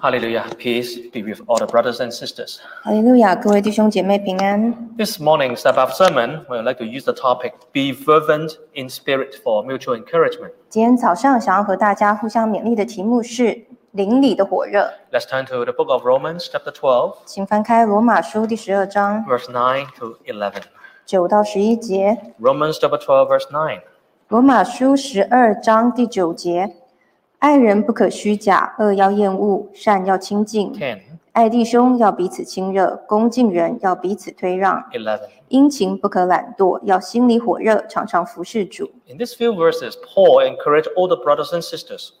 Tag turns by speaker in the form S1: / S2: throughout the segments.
S1: Hallelujah. Peace be with all the brothers and sisters.
S2: 哈利路亚，各位弟兄姐妹平安。
S1: This morning's Sabbath sermon, we would like to use the topic Be Fervent in Spirit for Mutual Encouragement.
S2: 今天早上想要和大家互相勉励的题目是灵里的火热，
S1: Let's turn to the book of Romans, chapter 12,
S2: 请翻开罗马书第十二章
S1: verse 9 to 11.
S2: 九到十一节。
S1: Romans, chapter 12, verse 9.
S2: 罗马书十二章第九节：爱人不可虚假，恶要厌恶，善要亲近，
S1: 10,
S2: 爱弟兄要彼此亲热，恭敬人要彼此推让，
S1: 11.
S2: 殷勤不可懒惰，要心里火热，常常服侍主。
S1: In these few verses, Paul encouraged all the brothers and sisters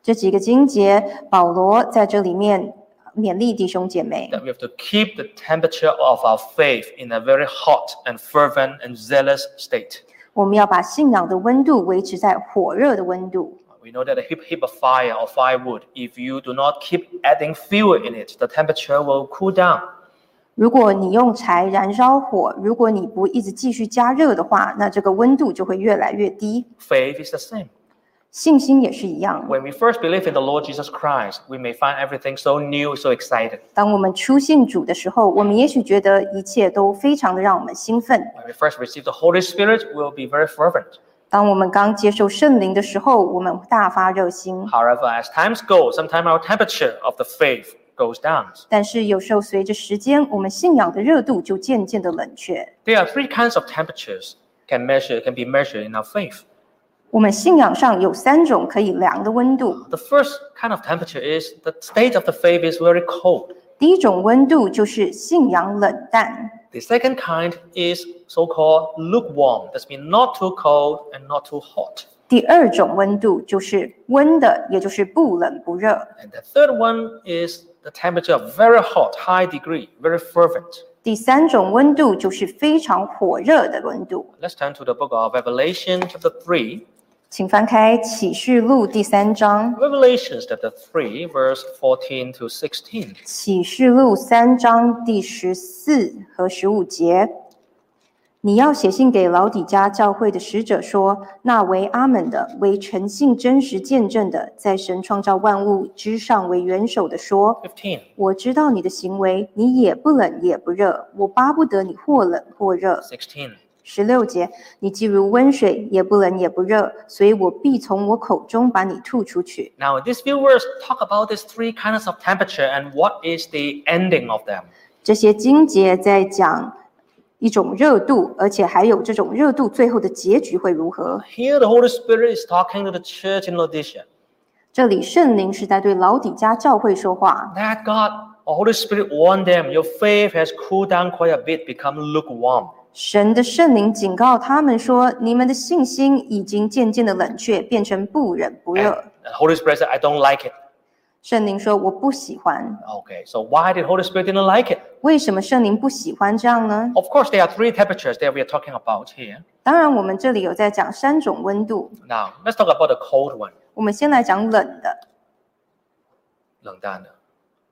S2: 这几个经节，保罗在这里面勉励弟兄姐妹。
S1: that we have to keep the temperature of our faith in a very hot and fervent and zealous state.
S2: 我们要把信仰的温度维持在火热的温度。
S1: We know that a heap, heap of fire or firewood, if you do not keep adding fuel in it, the temperature will cool down.
S2: 如果你用柴燃烧火，如果你不一直继续加热的话，那这个温度就会越来越低。
S1: Faith is the same.
S2: 信心也是一样。
S1: When we first believe in the Lord Jesus Christ, we may find everything so new, so excited.
S2: 当我们初信主的时候，我们也许觉得一切都非常的让我们兴奋。
S1: When we first receive the Holy Spirit, we'll be very fervent.
S2: 当我们刚接受圣灵的时候，我们大发热心。
S1: However, as times go, sometimes our temperature of the faith goes down.
S2: 但是有时候随着时间，我们信仰的热度就渐渐的冷却。
S1: There are three kinds of temperatures can measure can be measured in our faith.
S2: 我们信仰上有三种可以量的温度。
S1: The first kind of temperature is the state of the faith is very cold.
S2: 第一种温度就是信仰冷淡，
S1: The second kind is so-called lukewarm. That means not too cold and not too hot.
S2: 第二种温度就是温的，也就是不冷不热。
S1: And the third one is the temperature of very hot, high degree, very fervent.
S2: 第三种温度就是非常火热的温度。
S1: Let's turn to the book of Revelation, chapter 3.
S2: 请翻开启示录第三章，
S1: Revelation, chapter 3, verse 14 to 16.
S2: 启示录三章第十四和十五节。你要写信给老底家教会的使者说：那为阿门的，为诚信真实见证的，在神创造万物之上为元首的说，
S1: 15.
S2: 我知道你的行为，你也不冷也不热，我巴不得你或冷或热。
S1: 16.
S2: 十六节，你既如温水，也不冷也不热，所以我必从我口中把你吐出去。
S1: Now, these few words talk about these three kinds of temperature and what is the ending of them.
S2: 这些经节在讲一种热度，而且还有这种热度最后的结局会如何。
S1: Here, the Holy Spirit is talking to the church in Laodicea.
S2: 这里圣灵是在对老底家教会说话，
S1: that God, the Holy Spirit warned them, your faith has cooled down quite a bit, become lukewarm.
S2: 神的圣灵警告他们说：你们的信心已经渐渐的冷却，变成不冷不
S1: And
S2: 热。
S1: the Holy Spirit said, I don't like it.
S2: 圣灵说：我不喜欢。
S1: Okay, so why did Holy Spirit didn't like it?
S2: 为什么圣灵不喜欢这样呢？
S1: Of course, there are three temperatures that we are talking about here.
S2: 当然，我们这里有在讲三种温度。
S1: Now, let's talk about the cold one.
S2: 我们先来讲冷的，
S1: 冷淡的。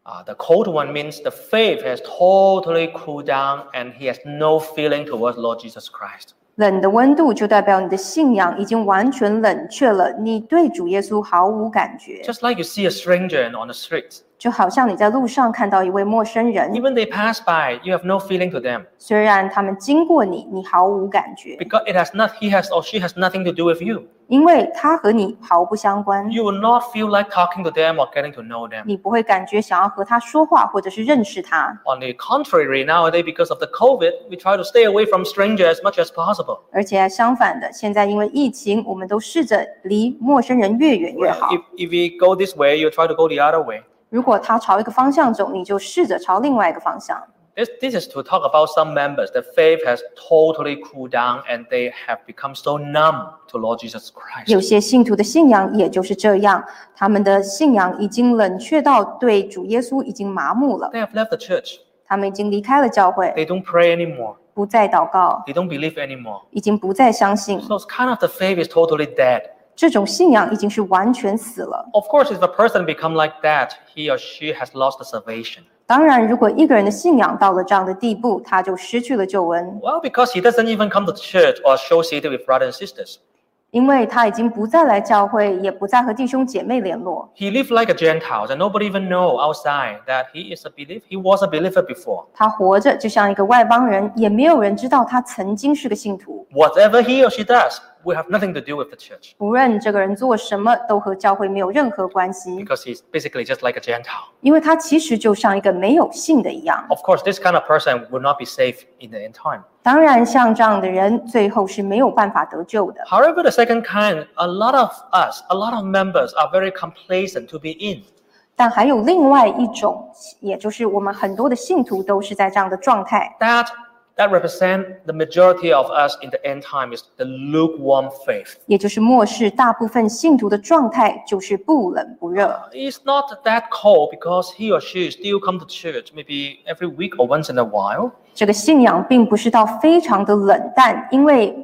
S1: Uh, the cold one means the faith has totally cooled down and he has no feeling towards Lord Jesus Christ.
S2: 冷的温度就代表你的信仰已经完全冷却了，你对主耶稣毫无感觉，
S1: Just like you see a stranger and on the street,
S2: 就好像你在路上看到一位陌生人，
S1: even they pass by, you have no feeling to them
S2: 虽然他们经过你，你毫无感觉，
S1: because it has not, he has or she has nothing to do with you.
S2: 因为他和你毫不相关，
S1: you will not feel like talking to them or getting to know them.
S2: 你不会感觉想要和他说话或者是认识他。
S1: On the contrary, nowadays, because of the COVID, we try to stay away from strangers as much as possible.
S2: 而且相反的，现在因为疫情，我们都试着离陌生人越远越好。
S1: If, if we go this way, you try to go the other way.
S2: 如果它朝一个方向走，你就试着朝另外一个方向。
S1: This, this is to talk about some members. The faith has totally cooled down and they have become so numb to Lord Jesus Christ.
S2: 有些信徒的信仰也就是这样，他们的信仰已经冷却到对主耶稣已经麻木了，
S1: They have left the church.
S2: 他们已经离开了教会，
S1: They don't pray anymore.
S2: 不再祷告，
S1: They don't believe anymore.
S2: 已经不再相信。
S1: So it's kind of the faith is totally dead.
S2: 这种信仰已经是完全死了。
S1: Of course, if a person become like that, he or she has lost the salvation.
S2: 当然，如果一个人的信仰到了这样的地步，他就失去了救恩，
S1: Well, because he doesn't even come to church or associated with brothers and sisters.
S2: 因为他已经不再来教会，也不再和弟兄姐妹联络。
S1: He lived like a Gentile, and nobody even know outside that he is a believer. He was a believer before.
S2: 他活着就像一个外邦人，也没有人知道他曾经是个信徒。
S1: Whatever he or she does, we have nothing to do with the church
S2: 无论这个人做什么，都和教会没有任何关系，
S1: because he's basically just like a Gentile.
S2: 因为他其实就像一个没有信的一样。
S1: Of course, this kind of person will not be saved in the end time.
S2: 当然，像这样的人最后是没有办法得救的。
S1: However, the second kind, a lot of us, a lot of members are very complacent to be in.
S2: 但还有另外一种，也就是我们很多的信徒都是在这样的状态，
S1: That that represent the majority of us in the end time is the lukewarm faith.
S2: 也就是末世大部分信徒的状态就是不冷不热。
S1: It's not that cold because he or she still come to church maybe every week or once in a while.
S2: 这个信仰并不是到非常的冷淡，因为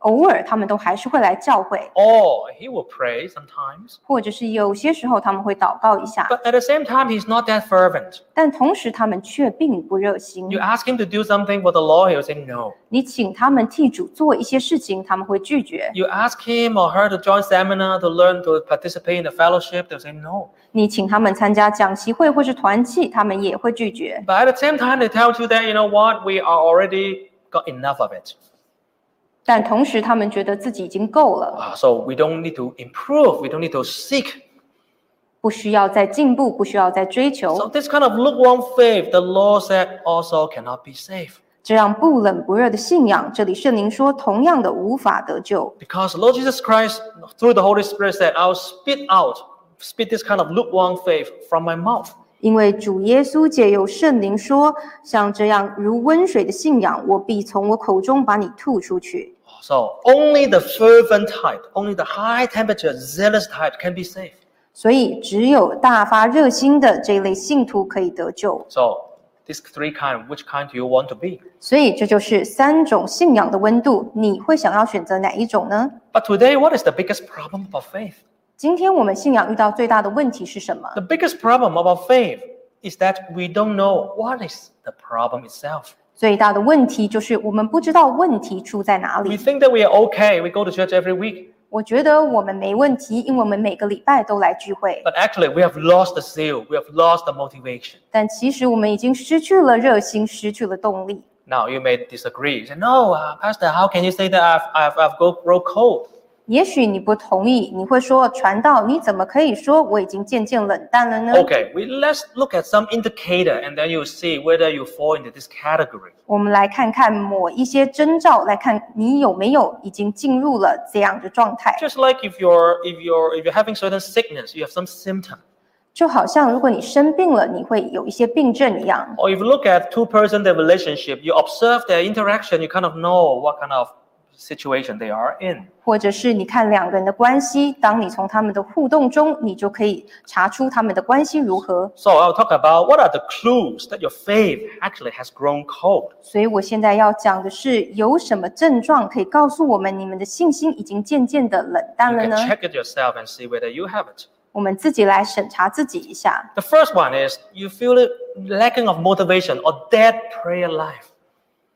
S2: 偶尔他们都还是会来教会，
S1: Or he will pray sometimes.
S2: 或者是有些时候他们会祷告一下，
S1: But at the same time, he's not that fervent.
S2: 但同时他们却并不热心。
S1: You ask him to do something for the Lord, he'll say no.
S2: 你请他们替主做一些事情，他们会拒绝；
S1: You ask him or her to join seminar to learn to participate in the fellowship, they'll say no.
S2: 你请他们参加讲习会或是团契，他们也会拒绝。
S1: But at the same time, they tell you that you know what, we are already got enough of it.
S2: 但同时他们觉得自己已经够了，
S1: Uh, so we don't need to improve. We don't need to seek.
S2: 不需要再进步，不需要再追
S1: So
S2: 求。
S1: this kind of lukewarm faith, the law said also cannot be saved
S2: 这样不冷不热的信仰，这里圣灵说，同样的无法得救。
S1: because Lord Jesus Christ, through the Holy Spirit, said, "I'll spit out, spit this kind of lukewarm faith from my mouth."
S2: 因为主耶稣借由圣灵说：“像这样如温水的信仰，我必从我口中把你吐出去。
S1: So only the fervent type, only the high temperature, zealous type can be saved. ”
S2: 所以，只有大发热心的这一类信徒可以得救。
S1: So these three kind, which kind do you want to be?
S2: 所以，这就是三种信仰的温度。你会想要选择哪一种呢？
S1: But today, what is the biggest problem about faith?
S2: 今天我们信仰遇到最大的问题是什么？
S1: The biggest problem about faith is that we don't know what is the problem itself.
S2: 最大的问题就是我们不知道问题出在哪
S1: We
S2: 里。
S1: think that we are okay, we go to church every week,
S2: 我觉得我们没问题，因为我们每个礼拜都来聚会。
S1: but actually we have lost the zeal, we have lost the motivation.
S2: 但其实我们已经失去了热心，失去了动力。
S1: Now you may disagree. You say, no, uh, Pastor, how can you say that I've, I've, I've go, grow cold?
S2: 也许你不同意，你会说传道，你怎么可以说我已经渐渐冷淡了呢
S1: Okay, we, let's look at some indicator and then you'll see whether you fall into this category.
S2: 我们来看看某一些征兆，来看你有没有已经进入了这样的状态。
S1: Just like if you're, if you're, if you're having certain sickness, you have some symptom.
S2: 就好像如果你生病了，你会有一些病症一样。
S1: Or if you look at two person their relationship, you observe their interaction, you kind of know what kind of situation they are in.
S2: 或者是你看两个人的关系，当你从他们的互动中，你就可以查出他们的关系如何。
S1: So I'll talk about what are the clues that your faith actually has grown cold.
S2: 所以我现在要讲的是，有什么症状可以告诉我们你们的信心已经渐渐的冷淡
S1: You
S2: 了
S1: can
S2: 呢？
S1: check it yourself and see whether you have it.
S2: 我们自己来审查自己一下。
S1: The first one is you feel a lacking of motivation or dead prayer life.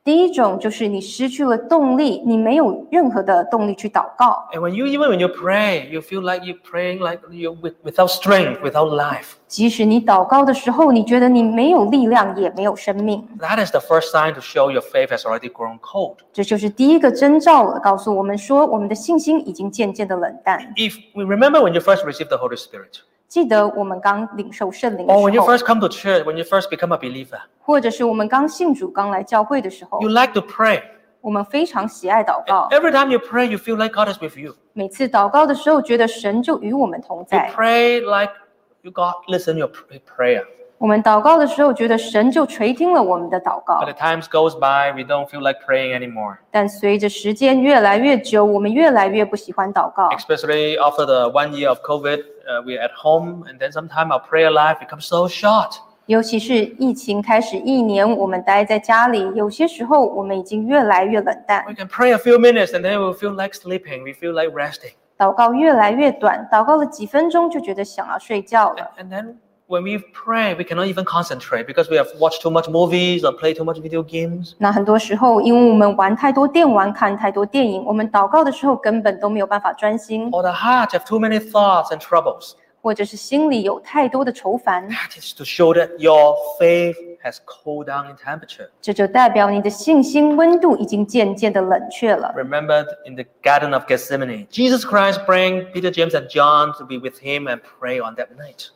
S2: 第一种就是你失去了动力，你没有任何的动力去祷告。
S1: And when you even when you pray, you feel like you're praying like you with, without strength, without life.
S2: 即使你祷告的时候，你觉得你没有力量，也没有生命，
S1: That is the first sign to show your faith has already grown cold.
S2: 这就是第一个征兆了，告诉我们说我们的信心已经渐渐的冷淡。
S1: If we remember when you first received the Holy Spirit,
S2: 记得我们刚领受圣灵的
S1: or when
S2: 时
S1: you
S2: 候，
S1: first come to church, when you first become a believer,
S2: 或者是我们刚信主、刚来教会的时候
S1: you，like to pray.
S2: 我们非常喜爱祷告。
S1: Every time you pray, you feel like God is with you.
S2: 每次祷告的时候，觉得神就与我们同
S1: You
S2: 在；
S1: pray like you God listen your pr- prayer.
S2: 我们祷告的时候，觉得神就垂听了我们的祷告
S1: But。the times goes by, we don't feel like praying anymore.
S2: 但随着时间越来越久，我们越来越不喜欢祷告。
S1: Especially after the one year of COVID, uh, we're at home, and then sometimes our prayer life becomes so short.
S2: 尤其是疫情开始一年，我们待在家里，有些时候我们已经越来越冷淡
S1: We，can pray a few minutes, and then we feel like sleeping. We feel like resting,
S2: 祷告越来越短，祷告了几分钟就觉得想要睡觉了。
S1: and then when we pray, we cannot even concentrate because we have watched too much movies or played too much video games.
S2: 那很多时候，因为我们玩太多电玩、看太多电影，我们祷告的时候根本都没有办法专心，
S1: Or the heart have too many thoughts and troubles.
S2: 或者是心里有太多的愁烦，
S1: That is to show that your faith has cooled down in temperature.
S2: 这就代表你的信心温度已经渐渐的冷却了。
S1: Remembered in the Garden of Gethsemane, Jesus Christ bring Peter, James, and John to be with him and pray on that night.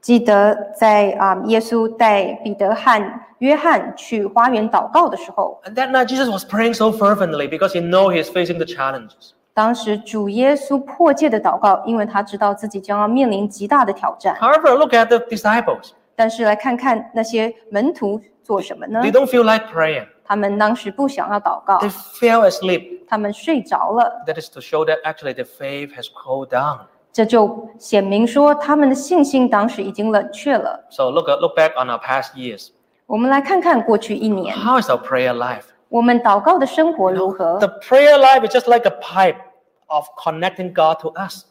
S2: 记得在啊、耶稣带彼得和约翰去花园祷告的时候，
S1: And that night, Jesus was praying so fervently because he know he is facing the challenges.
S2: 当时主耶稣迫切的祷告，因为他知道自己将要面临极大的挑战。
S1: However, look at the disciples.
S2: 但是来看看那些门徒做什么呢
S1: They？don't feel like praying.
S2: 他们当时不想要祷告
S1: They，fell asleep.
S2: 他们睡着了，
S1: That is to show that actually their faith has cooled down.
S2: 这就显明说他们的信心当时已经冷却了。
S1: So look at, look back on our past years.
S2: 我们来看看过去一年
S1: How is our prayer life?
S2: 我们祷告的生活如何
S1: The？prayer life is just like a pipe of connecting God to us.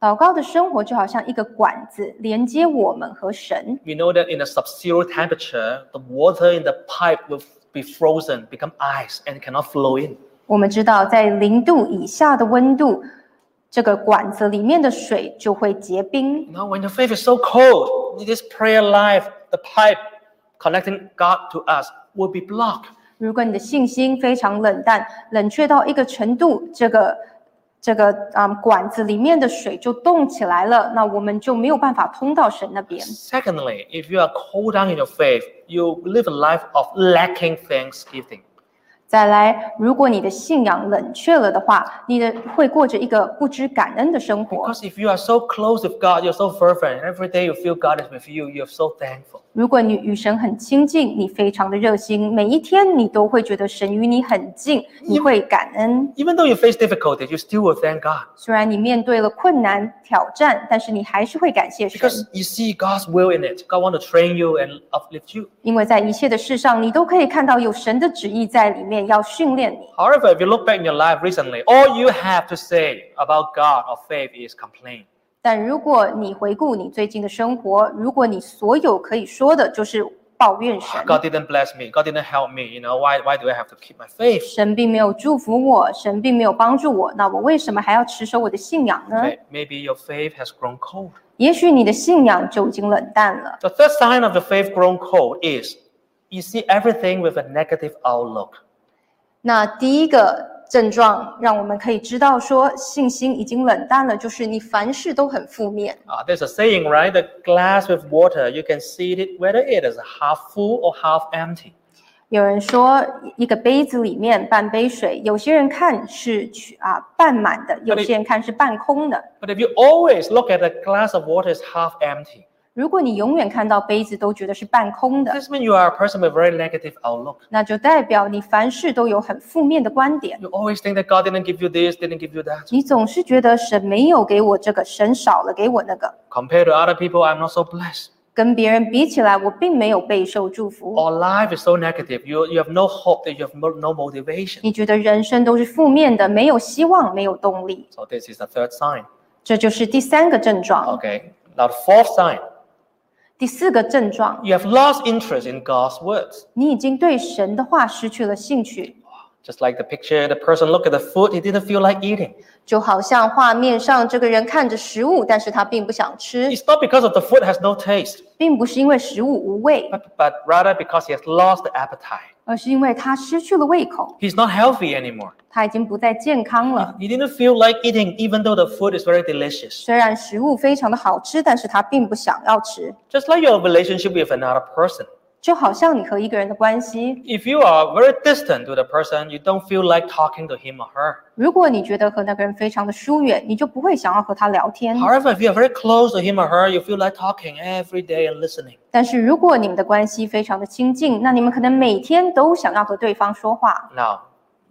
S2: 祷告的生活就好像一个管子，连接我们和神。
S1: We know that in a sub-zero temperature, the water in the pipe will be frozen, become ice, and cannot flow in.
S2: 我们知道，在零度以下的温度，这个管子里面的水就会结冰。
S1: Now, when your faith is so cold, this prayer life, the pipe connecting God to us, will be blocked.
S2: 如果你的信心非常冷淡，冷却到一个程度，这个这个啊、嗯管子里面的水就冻起来了，那我们就没有办法通到神那边。
S1: Secondly, if you are cold down in your faith, you live a life of lacking thanksgiving.
S2: 再来，如果你的信仰冷却了的话，你的会过着一个不知感恩的生活。
S1: Because if you are so close with God, you're so fervent, every day you feel God is with you, you're so thankful.
S2: 如果你与神很亲近，你非常的热心，每一天你都会觉得神与你很近，你会感恩。
S1: Even though you face difficulties, you still will thank God.
S2: 虽然你面对了困难挑战，但是你还是会感谢神，
S1: Because you see God's will in it. God want to train you and uplift you.
S2: 因为在一切的事上，你都可以看到有神的旨意在里面，要训练你。
S1: However, if you look back in your life recently, all you have to say about God or faith is complain.
S2: 但如果你回顾你最近的生活，如果你所有可以说的就是抱怨神，
S1: God didn't bless me. God didn't help me. You know, why, why do I have to keep my faith?
S2: 神并没有祝福我，神并没有帮助我，那我为什么还要持守我的信仰呢？
S1: May- Maybe your faith has grown cold.
S2: 也许你的信仰就已经冷淡了。
S1: The third sign of the faith grown cold is you see everything with a negative outlook.
S2: 那第一个症状，让我们可以知道说信心已经冷淡了，就是你凡事都很负面。
S1: Ah, there's a saying, right? The glass with water, you can see it whether it is half full or half empty.
S2: 有人说，一个杯子里面半杯水，有些人看是去啊半满的，有些人看是半空的。
S1: But if you always look at a glass of water as half empty,
S2: 如果你永远看到杯子都觉得是半空的，
S1: this means you are a person with a very negative outlook.
S2: 那就代表你凡事都有很负面的观点。
S1: You always think that God didn't give you this, didn't give you that.
S2: 你总是觉得神没有给我这个，神少了给我那个，
S1: Compared to other people, I'm not so blessed.
S2: 跟别人比起来，我并没有备受祝福。
S1: Or life is so negative. You, you have no hope, that you have mo- no motivation.
S2: 你觉得人生都是负面的，没有希望，没有动力，
S1: So this is the third sign.
S2: 这就是第三个症状。
S1: Okay. Now the fourth sign,
S2: 第四个症状，
S1: you have lost interest in God's words.
S2: 你已经对神的话失去了兴趣。
S1: Just like the picture, the person looked at the food, he didn't feel like eating.
S2: 就好像画面上这个人看着食物，但是他并不想吃，
S1: It's not because of the food has no taste,
S2: 并不是因为食物无味，
S1: but, but rather because he has lost the appetite.
S2: 而是因为他失去了胃口，
S1: He's not healthy anymore.
S2: 他已经不再健康了。
S1: He didn't feel like eating, even though the food is very delicious.
S2: 虽然食物非常的好吃，但是他并不想要吃。
S1: Just like your relationship with another person.
S2: 就好像你和一个人的关系，
S1: If you are very distant to the person, you don't feel like talking to him or her.
S2: 如果你觉得和那个人非常的疏远，你就不会想要和他聊天。
S1: However, if you are very close to him or her, you feel like talking every day and listening.
S2: 但是如果你们的关系非常的亲近，那你们可能每天都想要和对方说话。
S1: Now,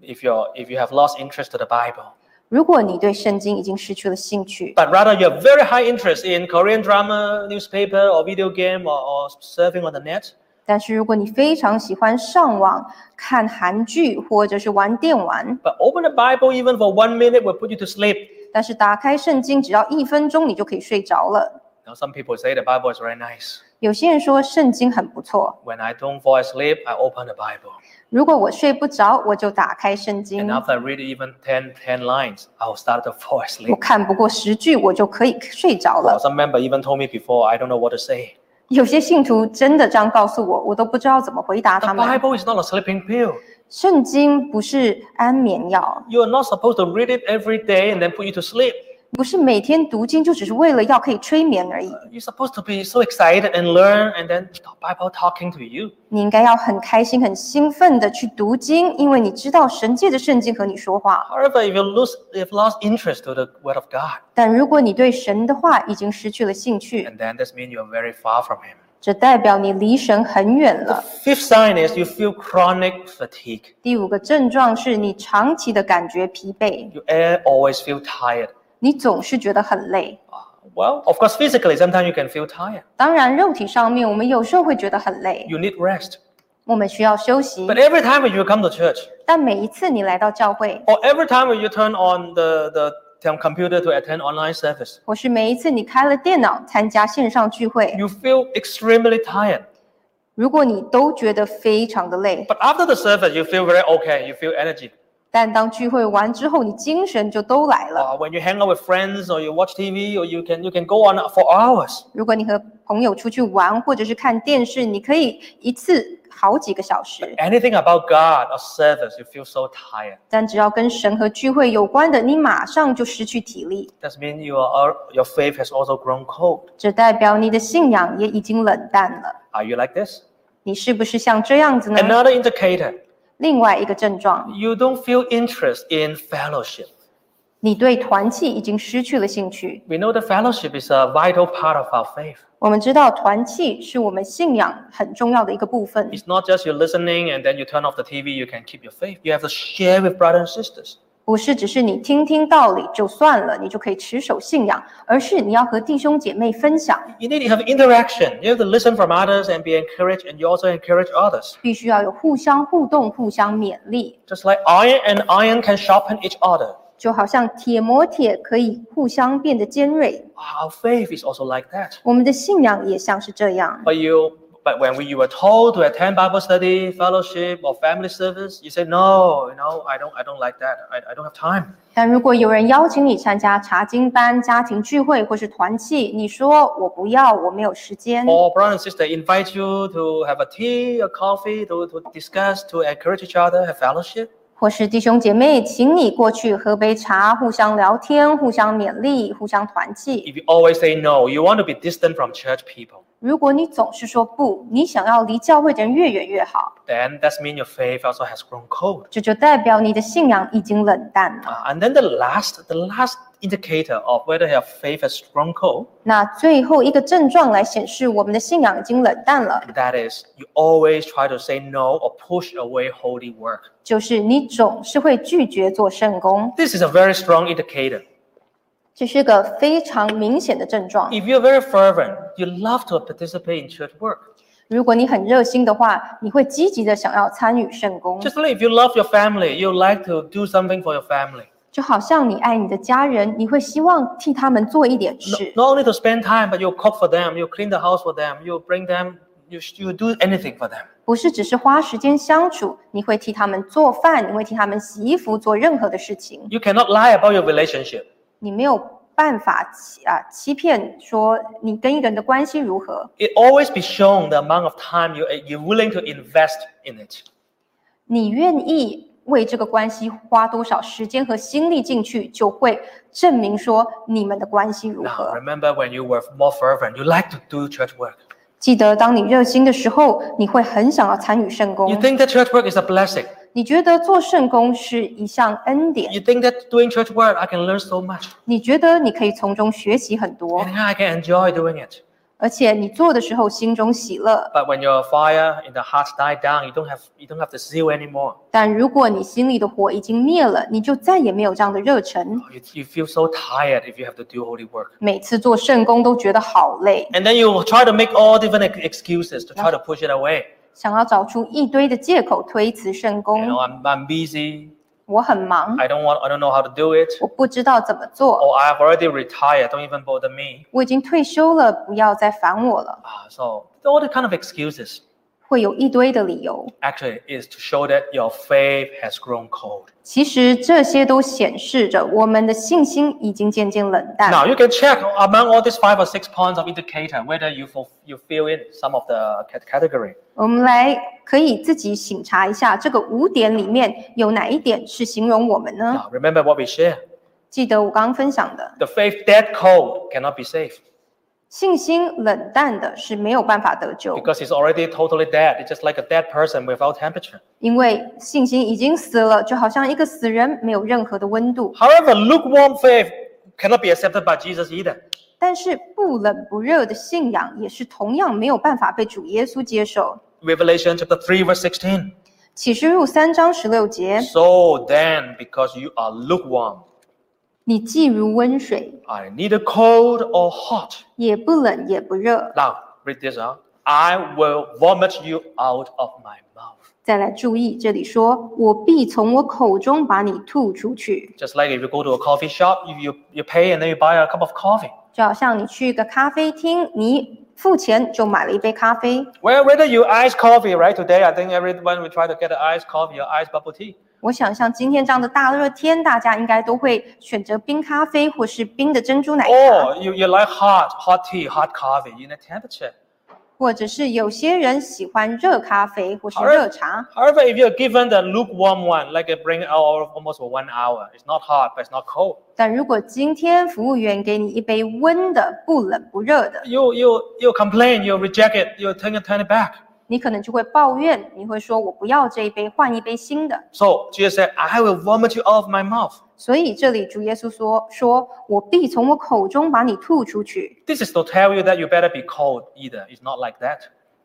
S1: if you're if you have lost interest to the Bible,
S2: 如果你对圣经已经失去了兴趣，
S1: but rather you have very high interest in Korean drama, newspaper, or video game, or, or surfing on the net,
S2: 但是如果你非常喜欢上网看韩剧或者是玩电玩，
S1: but open the Bible even for one minute will put you to sleep.
S2: 但是打开圣经只要一分钟你就可以睡着了。
S1: Now, some people say the Bible is very nice.
S2: 有些人说圣经很不错，
S1: When I don't fall asleep, I open the Bible.
S2: 如果我睡不着，我就打开圣经
S1: And，after I read even 10, 10 lines, I'll start to fall
S2: 我
S1: asleep.
S2: 看不过十句，我就可以睡着
S1: Well,
S2: 了。
S1: some member even told me before, I don't know what to say.
S2: 有些信徒真的这样告诉我，我都不知道怎么回答
S1: The
S2: 他们。
S1: Bible is not a sleeping pill.
S2: 圣经不是安眠药，
S1: You are not supposed to read it every day and then put you to sleep.
S2: 不是每天读经就只是为了要可以催眠而已。
S1: You're supposed to be so excited and learn and then the Bible talking to you.
S2: 你应该要很开心、很兴奋的去读经，因为你知道神借着圣经和你说话。
S1: However, if you lose if lost interest to the word of God,
S2: 但如果你对神的话已经失去了兴趣，
S1: and then this means you're very far from him.
S2: 这代表你离神很远了。
S1: Fifth sign is you feel chronic fatigue.
S2: 第五个症状是你长期的感觉疲惫，
S1: You eh, always feel tired.
S2: 你总是觉得很累。
S1: Ah, Well, of course, physically, sometimes you can feel tired.
S2: 当然，肉体上面我们有时候会觉得很累，
S1: You need rest.
S2: 我们需要休息
S1: But。every time when you come to church,
S2: 但每一次你来到教会，
S1: or every time when you turn on the, the tem- computer to attend online service,
S2: 或是每一次你开了电脑参加线上聚会，
S1: you feel extremely tired.
S2: 如果你都觉得非常的累，
S1: But after the service, you feel very okay. You feel energy.
S2: 但当聚会完之后，你精神就都来了。
S1: Or Uh, when you hang out with friends, or you watch TV, or you can you can go on for hours.
S2: 如果你和朋友出去玩或者是看电视，你可以一次好几个小时，
S1: Anything about God or service, you feel so tired.
S2: 但只要跟神和聚会有关的，你马上就失去体力，
S1: That means your your faith has also grown cold.
S2: 这代表你的信仰也已经冷淡了。
S1: Are you like this?
S2: 你是不是像这样子呢？
S1: Another indicator,
S2: 另外一个症状，
S1: you don't feel interest in fellowship.
S2: 你对团契已经失去了兴趣。
S1: We know that fellowship is a vital part of our faith.
S2: 我们知道团契是我们信仰很重要的一个部分，
S1: It's not just you listening and then you turn off the TV, you can keep your faith. You have to share with brothers and sisters.
S2: 不是只是你听听道理就算了，你就可以持守信仰，而是你要和弟兄姐妹分享。
S1: You need to have interaction. You have to listen from others and be encouraged, and you also encourage others.
S2: 必须要有互相互动、互相勉励，
S1: Just like iron and iron can sharpen each other.
S2: 就好像铁磨铁可以互相变得尖锐。
S1: Our faith is also like that.
S2: 我们的信仰也像是这样。
S1: But you, but when we, you were told to attend Bible study, fellowship, or family service, you said no. You know, I don't, I don't like that. I, I don't have time.
S2: 但如果有人邀请你参加查经班、家庭聚会或是团契，你说我不要，我没有时间。
S1: Or brother and sister invite you to have a tea, a coffee, to, to discuss, to encourage each other, have fellowship.
S2: 或是弟兄姐妹，请你过去喝杯茶，互相聊天，互相勉励，互相团契。
S1: If you always say no, you want to be distant from church people.
S2: 如果你总是说不，你想要离教会的人越远越好，
S1: Then that's mean your faith also has grown cold.
S2: 这就代表你的信仰已经冷淡了。
S1: Uh, and then the last, the last indicator of whether your faith has grown cold,
S2: 那最后一个症状来显示我们的信仰已经冷淡了，
S1: that is, you always try to say no or push away holy work.
S2: 就是你总是会拒绝做圣功，
S1: This is a very strong indicator.
S2: 这是个非常明显的症状。
S1: If you're very fervent, you love to participate in church work.
S2: 如果你很热心的话，你会积极的想要参与圣功，
S1: Just like if you love your family, you like to do something for your family.
S2: 就好像你爱你的家人，你会希望替他们做一点
S1: No-
S2: 事，
S1: not only to spend time, but you cook for them, you clean the house for them, you bring them, you, you do anything for them.
S2: 不是只是花时间相处，你会替他们做饭，你会替他们洗衣服，做任何的事情，
S1: You cannot lie about your relationship.
S2: 你没有办法欺啊欺骗说你跟一个人的关系如何。
S1: It always be shown the amount of time you, you're willing to invest in it.
S2: 你愿意为这个关系花多少时间和心力进去，就会证明说你们的关系如
S1: Now,
S2: 何。
S1: remember when you were more fervent, you like to do church work.
S2: 记得，当你热心的时候，你会很想要参与圣
S1: You
S2: 功。
S1: think that church work is a blessing.
S2: 你觉得做圣功是一项恩典，
S1: You think that doing church work, I can learn so much.
S2: 你觉得你可以从中学习很多
S1: And，yeah, I can enjoy doing it.
S2: 而且你做的时候心中喜乐。
S1: But when your fire in the heart died down, you don't have you don't have the zeal anymore.
S2: 但如果你心里的火已经灭了，你就再也没有这样的热忱。
S1: You, you feel so tired if you have to do holy work.
S2: 每次做圣功都觉得好累，
S1: And then you try to make all different ex- excuses to try to push it away.
S2: 想要找出一堆的借口推辞圣
S1: You
S2: 功
S1: 啊 know,。I'm, I'm busy.
S2: 我很忙，
S1: I don't want I don't know how to do it.
S2: 我不知道怎么做，
S1: Or I have already retired, don't even bother me.
S2: 我已经退休了，不要再烦我了。
S1: Ah, so all the kind of excuses
S2: 会有一堆的理由，
S1: actually is to show that your faith has grown cold.
S2: 其实这些都显示着我们的信心已经渐渐冷
S1: Now
S2: 淡。
S1: you can check among all these five or six points of indicator whether you fulf- you fill in some of the cat- category.
S2: 我们来可以自己醒察一下，这个五点里面有哪一点是形容我们呢？
S1: Now remember what we share.
S2: 记得我刚刚分享的，
S1: The faith that cold cannot be saved
S2: 信心冷淡的是没有办法得救，
S1: because it's already totally dead. It's just like a dead person without temperature.
S2: 因为信心已经死了，就好像一个死人没有任何的温度。
S1: However, lukewarm faith cannot be accepted by Jesus either.
S2: 但是不冷不热的信仰也是同样没有办法被主耶稣接受。
S1: Revelation chapter 3 verse 16.
S2: 启示录三章十六节，
S1: So then because you are lukewarm,
S2: 你既如温水，
S1: are neither cold or hot.
S2: 也不冷也不热。
S1: Now read this out. I will vomit you out of my mouth.
S2: 再来注意，这里说我必从我口中把你吐出去，
S1: Just like if you go to a coffee shop, you, you, you pay and then you buy a cup of coffee.
S2: 就好像你去一个咖啡厅，你付钱就买了一杯咖啡。
S1: Well, whether you ice coffee, right? Today, I think everyone will try to get an iced coffee or iced bubble tea.
S2: 我想像今天这样的大热天，大家应该都会选择冰咖啡或是冰的珍珠奶茶，
S1: Or you, you like hot, hot tea, hot coffee, you know, temperature.
S2: 或者是有些人喜欢热咖啡或是
S1: 好嘞
S2: 热茶。
S1: However, if you're given the lukewarm one, like it bring out almost for one hour, it's not hot, but it's not cold.
S2: 但如果今天服务员给你一杯温的、不冷不热的，
S1: You you you complain, you reject it, you turn it turn it back.
S2: 你可能就会抱怨，你会说我不要这一杯，换一杯新的。
S1: So Jesus said, I will vomit you out of my mouth.
S2: 所以这里主耶稣说：“说我必从我口中把你吐出去。
S1: This is to tell you that you better be cold either. It's not like that. ”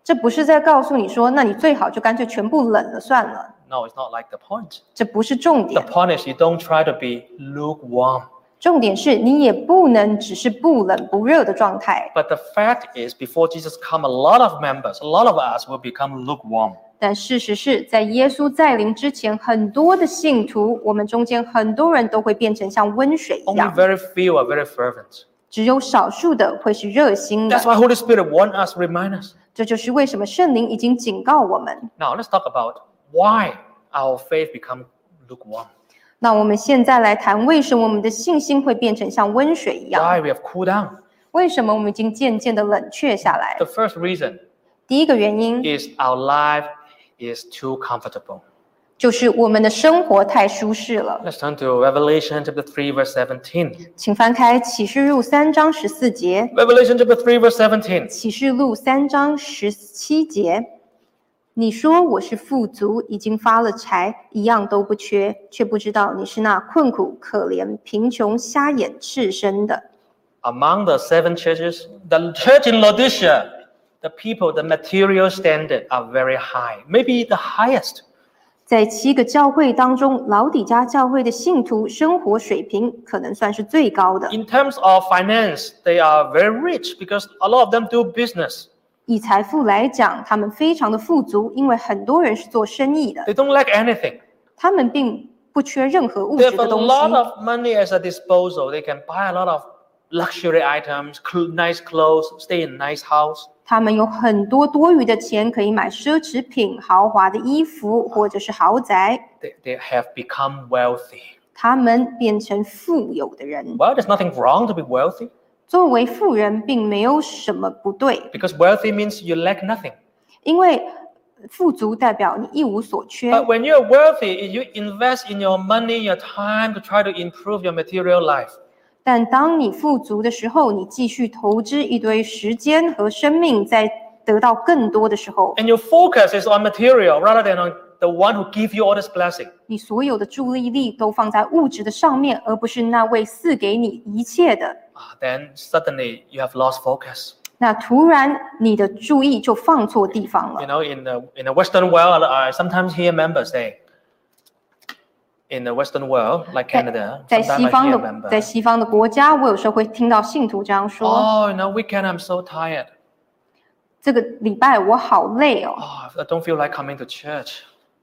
S2: 这不是在告诉你说，那你最好就干脆全部冷了算了。
S1: No, it's not like the point.
S2: 这不是重
S1: The
S2: 点，
S1: point is you don't try to be lukewarm.
S2: 重点是你也不能只是不冷不热的状态。
S1: But the fact is, before Jesus come, a lot of members, a lot of us will become lukewarm.
S2: 但事实是在耶稣再临之前，很多的信徒，我们中间很多人都会变成像温水一
S1: Only
S2: 样，
S1: very few are very fervent.
S2: 只有少数的会是热心的
S1: That's。why Holy Spirit warn us, remind us.
S2: 这就是为什么圣灵已经警告我们。
S1: Now let's talk about why our faith become lukewarm.
S2: 那我们现在来谈，为什么我们的信心会变成像温水一样？
S1: Why we have cooled down.
S2: 为什么我们已经渐渐的冷却下来
S1: The？first reason
S2: 第一个原因
S1: is our life is too comfortable.
S2: 就是我们的生活太舒适了。
S1: Let's turn to Revelation chapter 3, verse 17.
S2: 请翻开启示录三章十四节，
S1: Revelation chapter 3, verse 17.
S2: 启示录三章十七节。你说我是富足，已经发了财，一样都不缺，却不知道你是那困苦、可怜、贫穷、瞎眼、赤身的。
S1: Among the seven churches, the church in Laodicea, the people, the material standard are very high, maybe the highest.
S2: 在七个教会当中，老底家教会的信徒生活水平可能算是最高的。
S1: In terms of finance, they are very rich because a lot of them do business.
S2: 以财富来讲，他们非常的富足，因为很多人是做生意的，
S1: They don't lack anything.
S2: 他们并不缺任何物
S1: They
S2: 质
S1: have a
S2: 的东
S1: lot
S2: 西。
S1: of money as a disposal. They can buy a lot of luxury items, cl- nice clothes, stay in nice house.
S2: 他们有很多多余的钱，可以买奢侈品、豪华的衣服或者是豪宅。
S1: They, they have become wealthy.
S2: 他们变成富有的人。
S1: Well, there's nothing wrong to be wealthy
S2: 作为富人，并没有什么不对，
S1: because wealthy means you lack nothing.
S2: 因为富足代表你一无所缺。
S1: But when you're wealthy, you invest in your money, your time to try to improve your material life.
S2: 但当你富足的时候，你继续投资一堆时间和生命，在得到更多的时候，
S1: And your focus is on material rather than on the one who give you all this blessing.
S2: 你所有的注意力都放在物质的上面，而不是那位赐给你一切的。
S1: Ah, Then suddenly you have lost focus.
S2: 那突然，你的注意就放错地方
S1: You
S2: 了。
S1: know, in the in the Western world, I sometimes hear members say, in the Western world, like Canada,
S2: 在
S1: sometimes
S2: 西
S1: I
S2: 方
S1: hear
S2: 的，在
S1: members,
S2: 西方的国家，我有时候会听到信徒这样说
S1: oh, you know, weekend I'm so tired.：“
S2: 这个礼拜我好累哦，哦
S1: Oh, I don't feel like coming to church.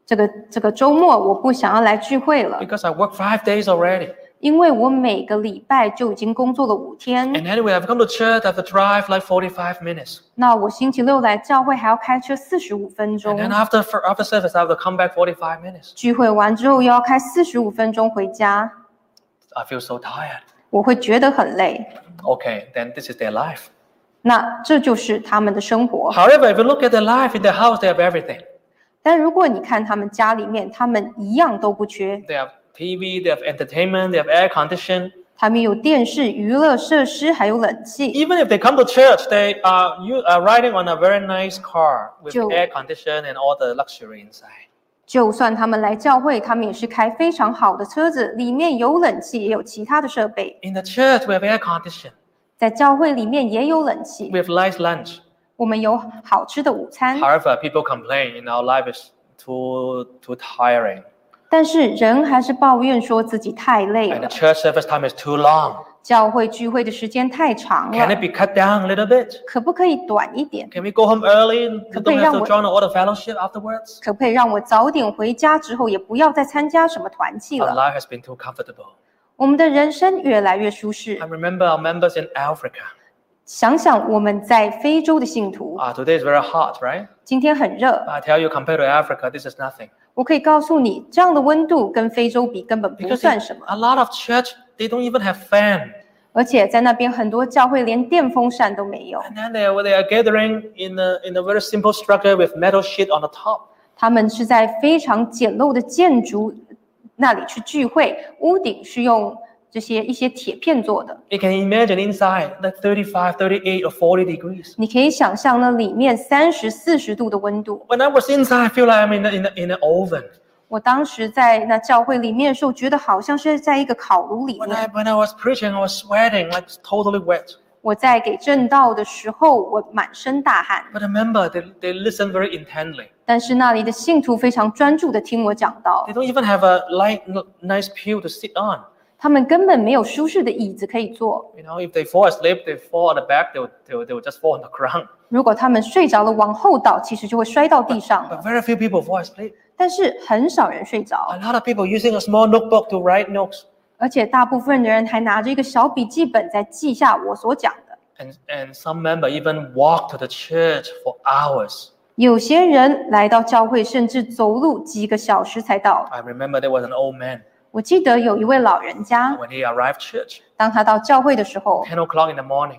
S2: 这个这个周末我不想要来聚会了，
S1: because I work five days already.
S2: 因为我每个礼拜就已经工作了五天。
S1: And anyway, I've come to church, I've drive like 45 minutes.
S2: 那我星期六来教会还要开车四十五分钟
S1: And，then after, for after service, I have to come back 45 minutes.
S2: 聚会完之后又要开四十五分钟回家，
S1: I feel so tired.
S2: 我会觉得很累。
S1: Okay, then this is their life.
S2: 那这就是他们的生活。
S1: However, if you look at their life in their house, they have everything.
S2: 但如果你看他们家里面，他们一样都不缺，
S1: They have TV, they have entertainment, they have air condition.
S2: 他们有电视、娱乐设施，还有冷气。
S1: Even if they come to church, they are you are riding on a very nice car with
S2: True.
S1: air condition and all the luxury inside.
S2: 就算他们来教会，他们也是开非常好的车子，里面有冷气，也有其他的设备。
S1: In the church, we have air condition.
S2: 在教会里面也有冷气
S1: We，have nice lunch.
S2: 我们有好吃的午餐。
S1: However, people complain, you know, life is too too tiring.
S2: 但是人还是抱怨说自己太累
S1: And the
S2: 了，
S1: church service time is too long.
S2: 教会聚会的时间太长
S1: Can
S2: 了
S1: it，be cut down a little bit?
S2: 可不可以短一点？
S1: Can we go home early and
S2: Cái
S1: don't
S2: này
S1: have
S2: là
S1: to
S2: một-
S1: join all the fellowship afterwards?
S2: 可不可以让我早点回家，之后也不要再参加什么团契
S1: Our
S2: 了？
S1: life has been too comfortable.
S2: 我们的人生越来越舒适
S1: I。remember our members in Africa.
S2: 想想我们在非洲的信徒，
S1: Ah, today is very hot, right?
S2: 今天很热
S1: But，I tell you, compared to Africa, this is nothing.
S2: 我可以告诉你，这样的温度跟非洲比根本不
S1: Because
S2: 算什么。
S1: a lot of church, they don't even have fan.
S2: 而且在那边很多教会连电风扇都没有，
S1: And then they, are- they are gathering in a, in a very simple structure with metal sheet on the top.
S2: 他们是在非常简陋的建筑那里去聚会，屋顶是用这些一些铁片做的。
S1: You can imagine inside, like 35, 38 or 40 degrees.
S2: 你可以想象那里面三十四十度的温度。
S1: When I was inside, I feel like I'm in, a, in, a, in an oven.
S2: 我当时在那教会里面的时候，觉得好像是在一个烤炉里
S1: When I,
S2: 面。
S1: when I was preaching, I was sweating, like totally wet.
S2: 我在给正道的时候，我满身大汗。
S1: But remember, they, they listen very intently.
S2: 但是那里的信徒非常专注地听我讲道
S1: They，don't even have a light, n- nice pew to sit on.
S2: 他们根本没有舒适的椅子可以坐。
S1: You know, if they fall asleep, they fall on the back, they will, they will, they will just fall on the ground.
S2: 如果他们睡着了往后倒，其实就会摔到地上了
S1: But。very few people fall asleep.
S2: 但是很少人睡
S1: A
S2: 着，
S1: lot of people using a small notebook to write notes.
S2: 而且大部分的人还拿着一个小笔记本在记下我所讲的。
S1: And, and some member even walk to the church for hours.
S2: 有些人来到教会，甚至走路几个小时才到。
S1: I remember there was an old man.
S2: 我记得有一位老人家，
S1: When he arrived church,
S2: 当他到教会的时候，
S1: 10 o'clock in the morning.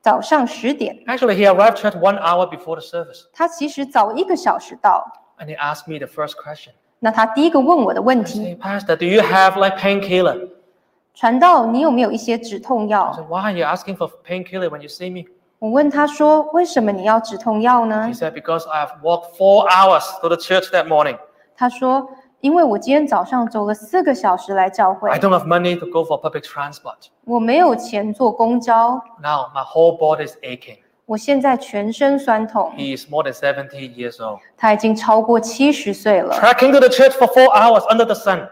S2: 早上十点，
S1: Actually, he arrived church one hour before the service.
S2: 他其实早一个小时到。
S1: And he asked me the first question.
S2: 那他第一个问我的问
S1: He
S2: 题，
S1: said, Pastor, do you have like painkiller?
S2: 传道，你有没有一些止痛
S1: I
S2: 药？
S1: said, why are you asking for painkiller when you see me?
S2: 我问他说，为什么你要止痛药
S1: He
S2: 呢？
S1: said, because I've walked four hours to the church that morning.
S2: 他说，因为我今天早上走了四个小时来教会
S1: I，don't have money to go for public transport.
S2: 我没有钱坐公交，
S1: Now my whole body is aching.
S2: 我现在全身酸痛，
S1: He is more than 70 years old.
S2: 他已经超过七十岁了，
S1: Trekking to the church for four hours under the sun.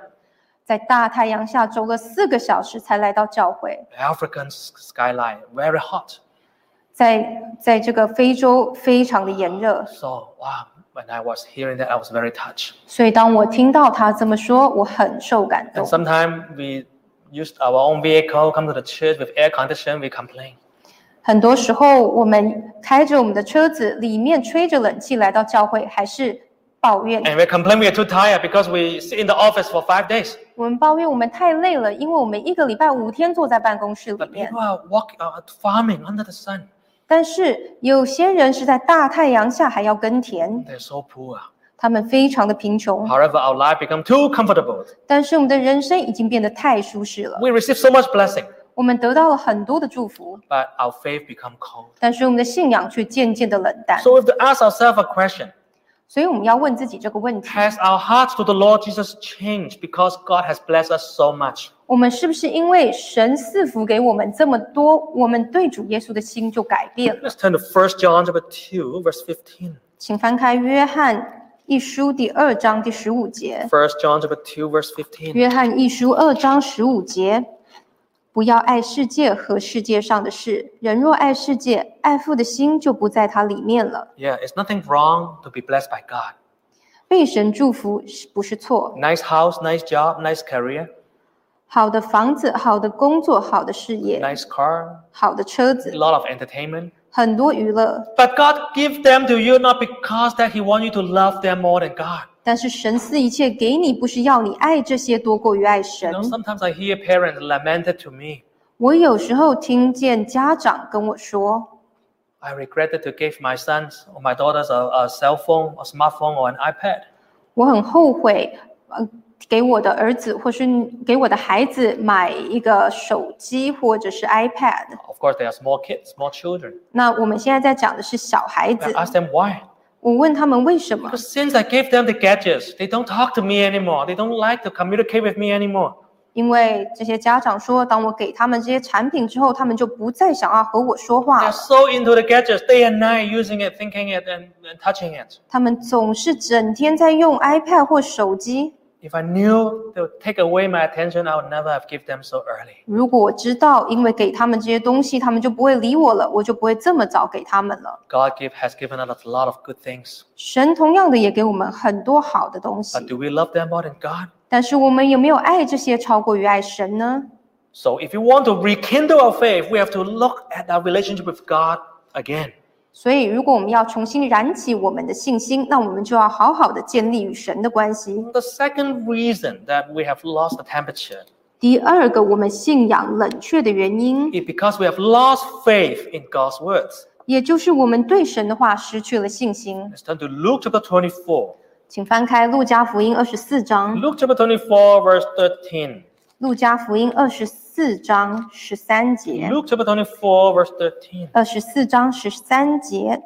S2: 在大太阳下走了四个小时才来到教会，
S1: African s- skyline, very hot.
S2: 在在这个非洲非常的炎热，
S1: So wow, when I was hearing that, I was very touched.
S2: 所以当我听到他这么说，我很受感
S1: And
S2: 动。
S1: sometimes we used our own vehicle, come to the church with air condition, we complain.
S2: 很多时候，我们开着我们的车子，里面吹着冷气来到教会，还是抱怨。
S1: And we complain we are too tired because we sit in the office for five days.
S2: 我们抱怨我们太累了，因为我们一个礼拜五天坐在办公室里
S1: But
S2: 面
S1: people。are walking, uh, farming under the sun.
S2: 但是有些人是在大太阳下还要耕田，
S1: They're so poor.
S2: 他们非常的贫穷。
S1: However, our life become too comfortable.
S2: 但是我们的人生已经变得太舒适了，
S1: We receive so much blessing,
S2: 我们得到了很多的祝福，
S1: but our faith become cold.
S2: 但是我们的信仰却渐渐的冷淡。
S1: So we have to ask ourselves a question.
S2: 所以我们要问自己这个问题：
S1: Has our hearts to the Lord Jesus changed because God has blessed us so much?
S2: 我们是不是因为神赐福给我们这么多，我们对主耶稣的心就改变了？
S1: Let's turn to 1 John chapter 2, verse 15.
S2: 请翻开约翰一书第二章第十五节。
S1: 1 John chapter 2, verse 15.
S2: 约翰一书二章十五节：不要爱世界和世界上的事。人若爱世界，爱父的心就不在它里面了。
S1: Yeah, it's nothing wrong to be blessed by God.
S2: 被神祝福是不是错？
S1: Nice house, nice job, nice career,
S2: 好的房子、好的工作、好的事业、
S1: nice car,
S2: 好的车
S1: a
S2: 子，
S1: lot of entertainment.
S2: 很多娱乐，
S1: But God give them to you not because that He want you to love them more than God.
S2: 但是神赐一切给你，不是要你爱这些多过于爱
S1: You
S2: 神。
S1: know, sometimes I hear parents lamented to me,
S2: 我有时候听见家长跟我说
S1: I regretted to give my sons or my daughters a, a cell phone, a smartphone, or an iPad.：“
S2: 我很后悔，呃，给我的儿子或是给我的孩子买一个手机或者是 iPad。
S1: Of course, they are small kids, small children. ”
S2: 那我们现在在讲的是小孩
S1: I
S2: 子，
S1: ask them why.
S2: 我问他们为什么？
S1: Because since I gave them the gadgets, they don't talk to me anymore. They don't like to communicate with me anymore.
S2: 因为这些家长说，当我给他们这些产品之后，他们就不再想要和我说话
S1: They're
S2: 了。
S1: so into the gadgets, day and night, using it, thinking it, and, and touching it.
S2: 他们总是整天在用 iPad 或手机。
S1: If I knew they would take away my attention, I would never have given them so early.
S2: 如果我知道，因为给他们这些东西，他们就不会理我了，我就不会这么早给他们了。
S1: God give, has given us a lot of good things.
S2: 神同样的也给我们很多好的东西，
S1: But do we love them more than God?
S2: 但是我们有没有爱这些超过于爱神呢？
S1: So if you want to rekindle our faith, we have to look at our relationship with God again.
S2: 所以，如果我们要重新燃起我们的信心，那我们就要好好的建立与神的关系。
S1: The second reason that we have lost the temperature
S2: 第二个，我们信仰冷却的原因，
S1: is because we have lost faith in God's words.
S2: 也就是我们对神的话失去了信心。
S1: Let's turn to Luke chapter 24.
S2: 请翻开《路加福音》二十四章，《
S1: Luke chapter 24, verse 13.
S2: 路加福音》二十四章十三节，
S1: Luke chapter 24, verse 13.
S2: 二十四章十三节。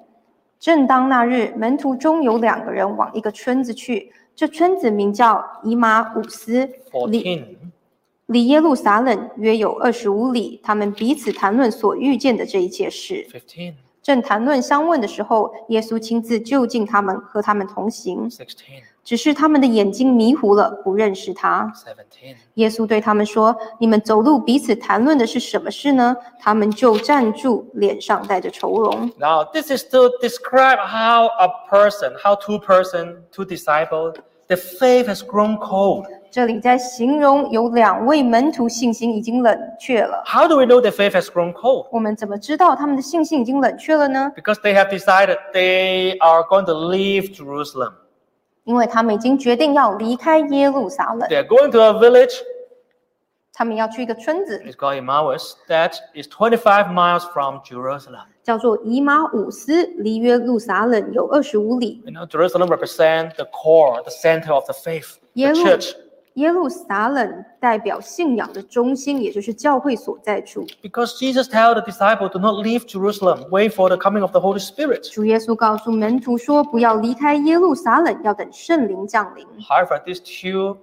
S2: 正当那日，门徒中有两个人往一个村子去，这村子名叫以马忤斯，离
S1: 14.
S2: 离耶路撒冷约有二十五里。他们彼此谈论所遇见的这一切事。
S1: 15,
S2: 正谈论相问的时候，耶稣亲自就近他们，和他们同行。
S1: 16,
S2: 只是他们的眼睛迷糊了，不认识他。
S1: 17.
S2: 耶稣对他们说：“你们走路彼此谈论的是什么事呢？”他们就站住，脸上带着愁容。
S1: Now, this is to describe how a person, how two person, two disciples, the faith has grown cold.
S2: 这里在形容有两位门徒信心已经冷却了。
S1: How do we know the faith has grown cold?
S2: 我们怎么知道他们的信心已经冷却了呢？
S1: Because they have decided they are going to leave Jerusalem.
S2: 因为他们已经决定要离开耶路撒冷，
S1: They are going to a village,
S2: 他们要去一个村子，
S1: it's called Emmaus, that is 25 miles from Jerusalem.
S2: 叫做以马忤斯，离耶路撒冷有二十五里。
S1: You know, Jerusalem represents the core, the center of the faith, the
S2: 耶路
S1: church.
S2: 耶路撒冷代表信仰的中心，也就是教会所在处。
S1: Because Jesus tell the disciple to not leave Jerusalem, wait for the coming of the Holy Spirit.
S2: 主耶稣告诉门徒说：“不要离开耶路撒冷，要等圣灵降临。
S1: However, these two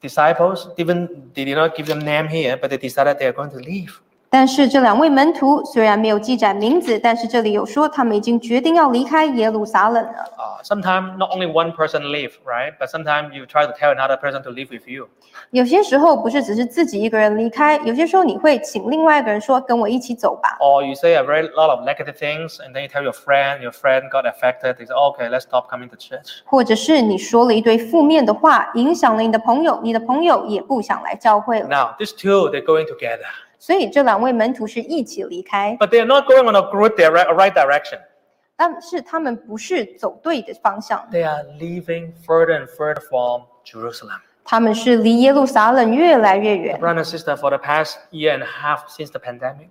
S1: disciples, even they did not give them name here, but they decided they are going to leave. ”
S2: 但是这两位门徒虽然没有记载名字，但是这里有说他们已经决定要离开耶路撒冷了。
S1: Uh, sometimes not only one person leave, right? But sometimes you try to tell another person to leave with you.
S2: 有些时候不是只是自己一个人离开，有些时候你会请另外一个人说：“跟我一起走吧。
S1: Or you say a very lot of negative things, and then you tell your friend, your friend got affected. They say, okay, let's stop coming to church. ”
S2: 或者是你说了一堆负面的话，影响了你的朋友，你的朋友也不想来教会了。
S1: Now, these two, they're going together.
S2: 所以这两位门徒是一起离开，
S1: But they're not going on a good, direct, right direction.
S2: 但是他们不是走对的方向。
S1: They are leaving further and further from Jerusalem.
S2: 他们是离耶路撒冷越来越远。
S1: Brother and sister, for the past year and a half since the pandemic,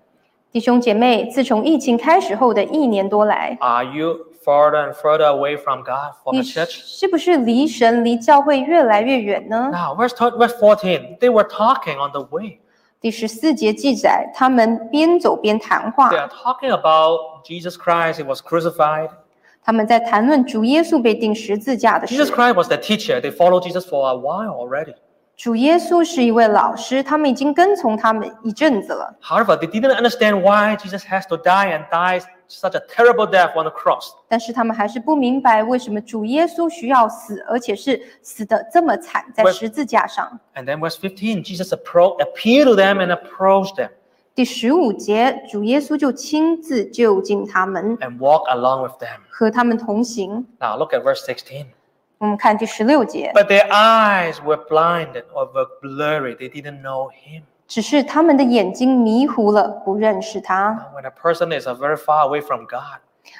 S2: 弟兄姐妹，自从疫情开始后的一年多来，
S1: Are you further and further away from God, from
S2: 你
S1: the
S2: 是
S1: church?
S2: 是不是离神、离教会越来越远呢？
S1: Now, verse, thir- verse 14, they were talking on the way.
S2: 第十四节记载，他们边走边谈话
S1: They，are talking about Jesus Christ, he was crucified.
S2: 他们在谈论主耶稣被钉十字架的
S1: Jesus
S2: 事。
S1: Christ was their teacher. They followed Jesus for a while already.
S2: 主耶稣是一位老师，他们已经跟从他们一阵子了，
S1: However, they didn't understand why Jesus has to die and die such a terrible death on the cross.
S2: 但是他们还是不明白为什么主耶稣需要死，而且是死的这么惨，在
S1: 我
S2: 十字架上。
S1: And then, verse 15, Jesus appro- appeared to them and approached them
S2: 第十五节，主耶稣就亲自就近他们，
S1: and walked along with them.
S2: 和他们同行。
S1: Now, look at verse 16.
S2: 我们看第十六节，
S1: But their eyes were blinded or were blurry. They didn't know him.
S2: 只是他们的眼睛迷糊了，不认识他。
S1: Now, when a person is uh, very far away from God,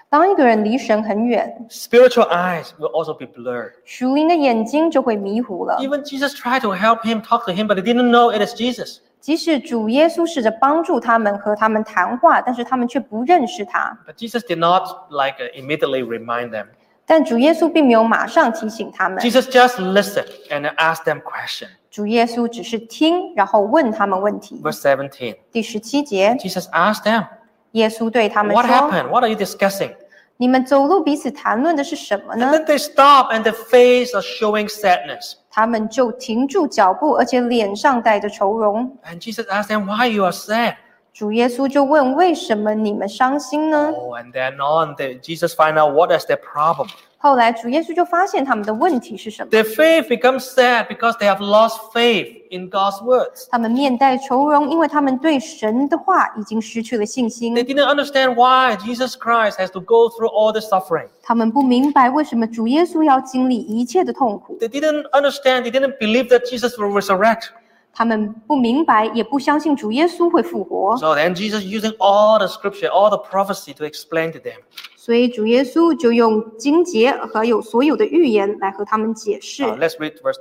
S2: 当一个人离神很远，
S1: spiritual eyes will also be blurred.
S2: 属灵的眼睛就会迷糊了。
S1: Even Jesus tried to help him, talk to him, but they didn't know it is Jesus.
S2: 即使主耶稣试着帮助他们和他们谈话，但是他们却不认识他。
S1: But Jesus did not like uh, immediately remind them.
S2: 但主耶稣并没有马上提醒他们，
S1: Jesus just listened and asked them question.
S2: 主耶稣只是听，然后问他们问题。
S1: Verse 17.
S2: 第十七节，
S1: Jesus asked them,
S2: 耶稣对他们
S1: What
S2: 说
S1: happened? What are you discussing?
S2: 你们走路彼此谈论的是什么
S1: And
S2: 呢
S1: then？they stop and their face are showing sadness. ”
S2: 他们就停住脚步，而且脸上带着愁容。
S1: And Jesus asked them, Why you are sad?
S2: 主耶稣就问：“为什么你们伤心呢
S1: Oh, and then on, they, Jesus find out what is their problem.？”
S2: 后来主耶稣就发现他们的问题是什么。
S1: Their faith becomes sad because they have lost faith in God's words.
S2: 他们面带愁容，因为他们对神的话已经失去了信心
S1: They。didn't understand why Jesus Christ has to go through all the suffering.
S2: 他们不明白为什么主耶稣要经历一切的痛苦，
S1: They didn't understand, they didn't believe that Jesus will resurrect.
S2: 他们不明白，也不相信主耶稣会复活，
S1: So then Jesus using all the scripture, all the prophecy to explain to them.
S2: 所以主耶稣就用经节和有所有的预言来和他们解
S1: Uh,
S2: 释。
S1: let's read verse 25.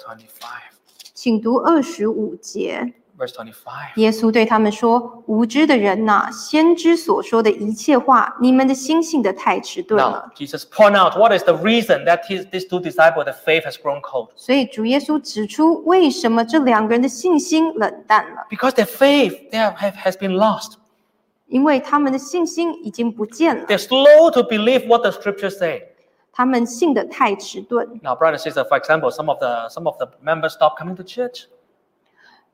S2: 请读二十五节，
S1: Verse 25.
S2: 耶稣对他们说：“无知的人呐、先知所说的一切话，你们的心性的太迟钝
S1: Now,
S2: 了。
S1: Jesus point out what is the reason that his, these two disciples, the faith has grown cold. ”
S2: 所以主耶稣指出，为什么这两个人的信心冷淡了，
S1: Because their faith they have, have- has been lost.
S2: 因为他们的信心已经不见了，
S1: They're slow to believe what the scriptures say.
S2: 他们信的太迟钝。
S1: Now, brothers and sisters, for example, some of the some of the members stop coming to church.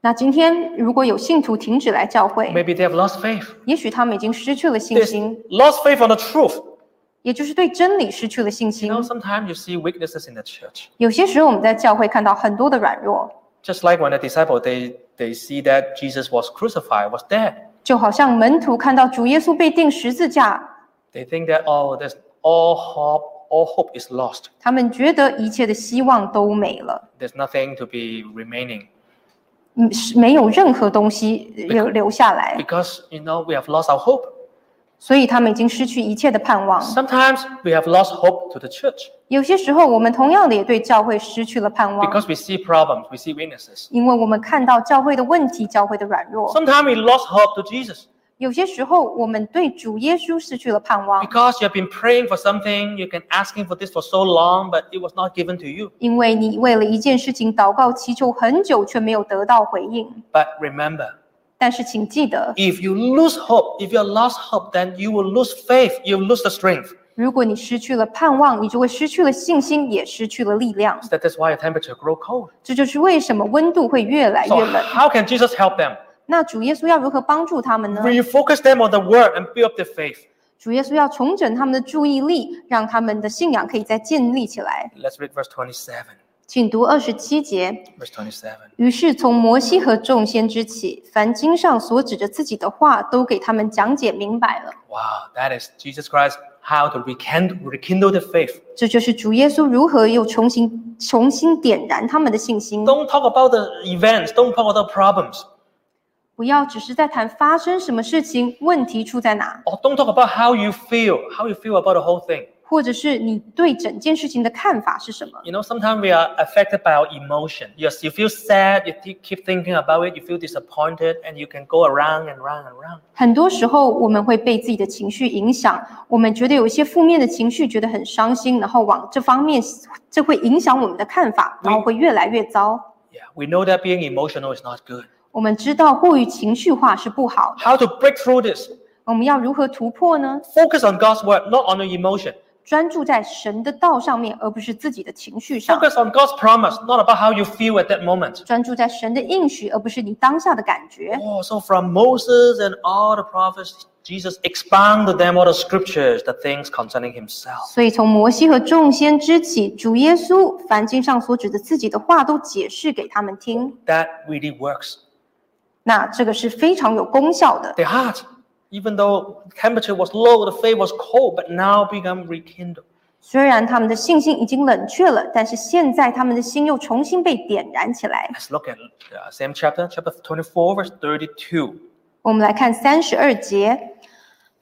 S2: 那今天如果有信徒停止来教会，
S1: Maybe they have lost faith.
S2: 也许他们已经失去了信
S1: They
S2: 心，
S1: lost faith on the truth.
S2: 也就是对真理失去了信
S1: You
S2: 心
S1: know,。sometimes you see weaknesses in the church.
S2: 有些时候我们在教会看到很多的软弱，
S1: Just like when the disciple they they see that Jesus was crucified, was dead.
S2: 就好像门徒看到主耶稣被钉十字架，
S1: They think that oh, there's all hope, all hope is lost.
S2: 他们觉得一切的希望都没了，
S1: There's nothing to be remaining
S2: 嗯，是没有任何东西留留下来，
S1: because you know we have lost our hope.
S2: 所以他们已经失去一切的盼望。
S1: Sometimes we have lost hope to the church
S2: 有些时候，我们同样的也对教会失去了盼望，
S1: because we see problems, we see weaknesses.
S2: 因为我们看到教会的问题、教会的软弱。
S1: Sometimes we lost hope to Jesus
S2: 有些时候，我们对主耶稣失去了盼望。
S1: because you have been praying for something, you've been asking for this for so long, but it was not given to you.
S2: 因为你为了一件事情祷告祈求很久，却没有得到回应。
S1: But remember,
S2: 但是请记得，
S1: if you lose hope, if you lost hope, then you will lose faith, you will lose the strength.
S2: 如果你失去了盼望，你就会失去了信心，也失去了力量。
S1: That is why your temperature grow cold.
S2: 这就是为什么温度会越来
S1: So
S2: 越冷。
S1: how can Jesus help them?
S2: 那主耶稣要如何帮助他们呢？
S1: Refocus them on the word and build up their faith.
S2: 主耶稣要重整他们的注意力，让他们的信仰可以再建立起来。
S1: Let's read verse 27.
S2: 请读二十七节。
S1: Verse 27.
S2: 于是从摩西和众先知起，凡经上所指着自己的话，都给他们讲解明白了。
S1: Wow, that is Jesus Christ how to rekindle, rekindle the faith.
S2: 这就是主耶稣如何又重新重新点燃他们的信心。
S1: Don't talk about the events, don't talk about the problems,
S2: 不要只是在谈发生什么事情，问题出在哪，
S1: or don't talk about how you feel, how you feel about the whole thing.
S2: 或者是你对整件事情的看法是什么。
S1: You know, sometimes we are affected by our emotion. Yes, you feel sad, you th- keep thinking about it, you feel disappointed, and you can go around and round and round.
S2: 很多时候，我们会被自己的情绪影响，我们觉得有一些负面的情绪，觉得很伤心，然后往这方面，这会影响我们的看法，然后会越来越糟。
S1: Yeah, we know that being emotional is not good.
S2: 我们知道过于情绪化是不好的，
S1: How to break through this?
S2: 我们要如何突破呢？
S1: Focus on God's word, not on your emotion.
S2: 专注在神的道上面，而不是自己的情绪上。
S1: Focus on God's promise, not about how you feel at that moment.
S2: 专注在神的应许，而不是你当下的感觉。
S1: Oh, so from Moses and all the prophets, Jesus expounded them all the scriptures, the things concerning himself.
S2: 所以，从摩西和众先知起，主耶稣凡经上所指的自己的话都解释给他们听。
S1: That really works.
S2: 那这个是非常有功效的。
S1: Their heart, even though temperature was low, the faith was cold, but now become rekindled.
S2: 虽然他们的信心已经冷却了，但是现在他们的心又重新被点燃起来。
S1: Let's look at uh, same chapter, chapter 24, verse 32.
S2: 我们来看三十二节，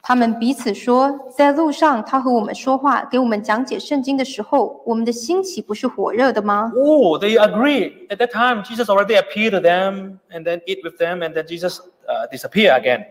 S2: 他们彼此说，在路上他和我们说话，给我们讲解圣经的时候，我们的心岂不是火热的吗？
S1: Oh, they agree. At that time, Jesus already appeared to them and then eat with them, and then Jesus uh, disappeared again.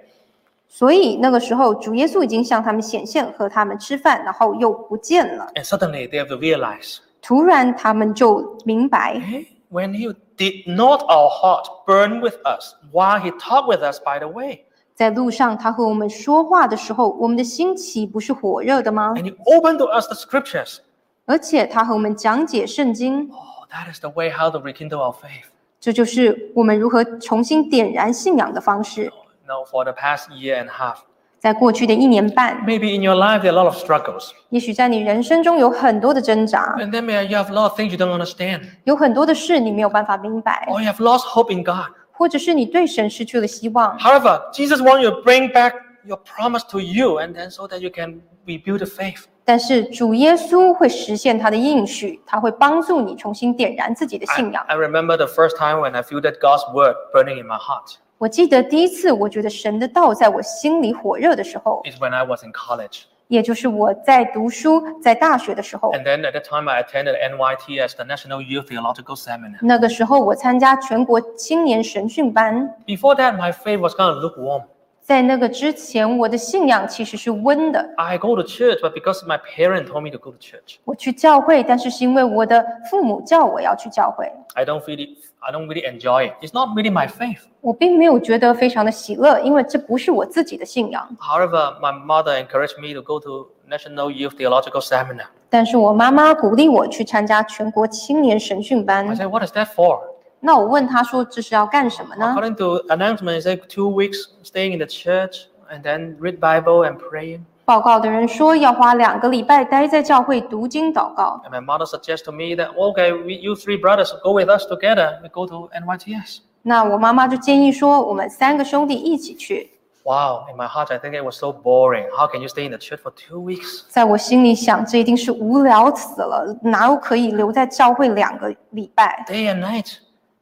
S2: 所以那个时候，主耶稣已经向他们显现，和他们吃饭，然后又不见了。
S1: And suddenly they have to realize
S2: 突然，他们就明白，
S1: eh, when he did not our heart burn with us while he talked with us by the way,
S2: 在路上他和我们说话的时候，我们的心岂不是火热的吗？
S1: and he opened to us the scriptures.
S2: 而且他和我们讲解圣经，
S1: Oh, that is the way how to rekindle our faith.
S2: 这就是我们如何重新点燃信仰的方式。
S1: Now, for the past year and a half,
S2: 在过去的一年半，
S1: maybe in your life there are a lot of struggles,
S2: 也许在你人生中有很多的挣扎，
S1: and then may you have a lot of things you don't understand,
S2: 有很多的事你没有办法明白，
S1: or you have lost hope in God.
S2: 或者是你对神失去了希望。
S1: However, Jesus wants you to bring back your promise to you, and then so that you can rebuild the faith.
S2: 但是主耶稣会实现他的应许，他会帮助你重新点燃自己的
S1: I,
S2: 信仰。
S1: I remember the first time when I feel that God's word burning in my heart
S2: 我记得第一次我觉得神的道在我心里火热的时候，
S1: is when I was in college.
S2: 也就是我在读书，在大学的时候。
S1: And then at that time, I attended NYT as the National Youth Theological Seminar.
S2: 那个时候，我参加全国青年神训班。
S1: Before that, my faith was kind of lukewarm.
S2: 在那个之前，我的信仰其实是温的。
S1: I go to church, but because my parents told me to go to church,
S2: 我去教会，但是是因为我的父母叫我要去教会，
S1: I don't really, I don't really enjoy it. It's not really my faith.
S2: 我并没有觉得非常的喜乐，因为这不是我自己的信仰。
S1: However, my mother encouraged me to go to National Youth Theological Seminar.
S2: 但是我妈妈鼓励我去参加全国青年神训
S1: I
S2: 班。
S1: said, "What is that for?"
S2: 那我问她说这是要干什么呢？
S1: According to announcement, it's like two weeks staying in the church and then read Bible and praying.
S2: 报告的人说要花两个礼拜待在教会读经祷告。
S1: And my mother suggested to me that okay, we, you three brothers go with us together. We go to NYTS.
S2: 那我妈妈就建议说我们三个兄弟一起去。
S1: Wow, in my heart, I think it was so boring. How can you stay in the church for two weeks?
S2: 在我心里想，这一定是无聊死了，哪有可以留在教会两个礼拜，
S1: Day and night.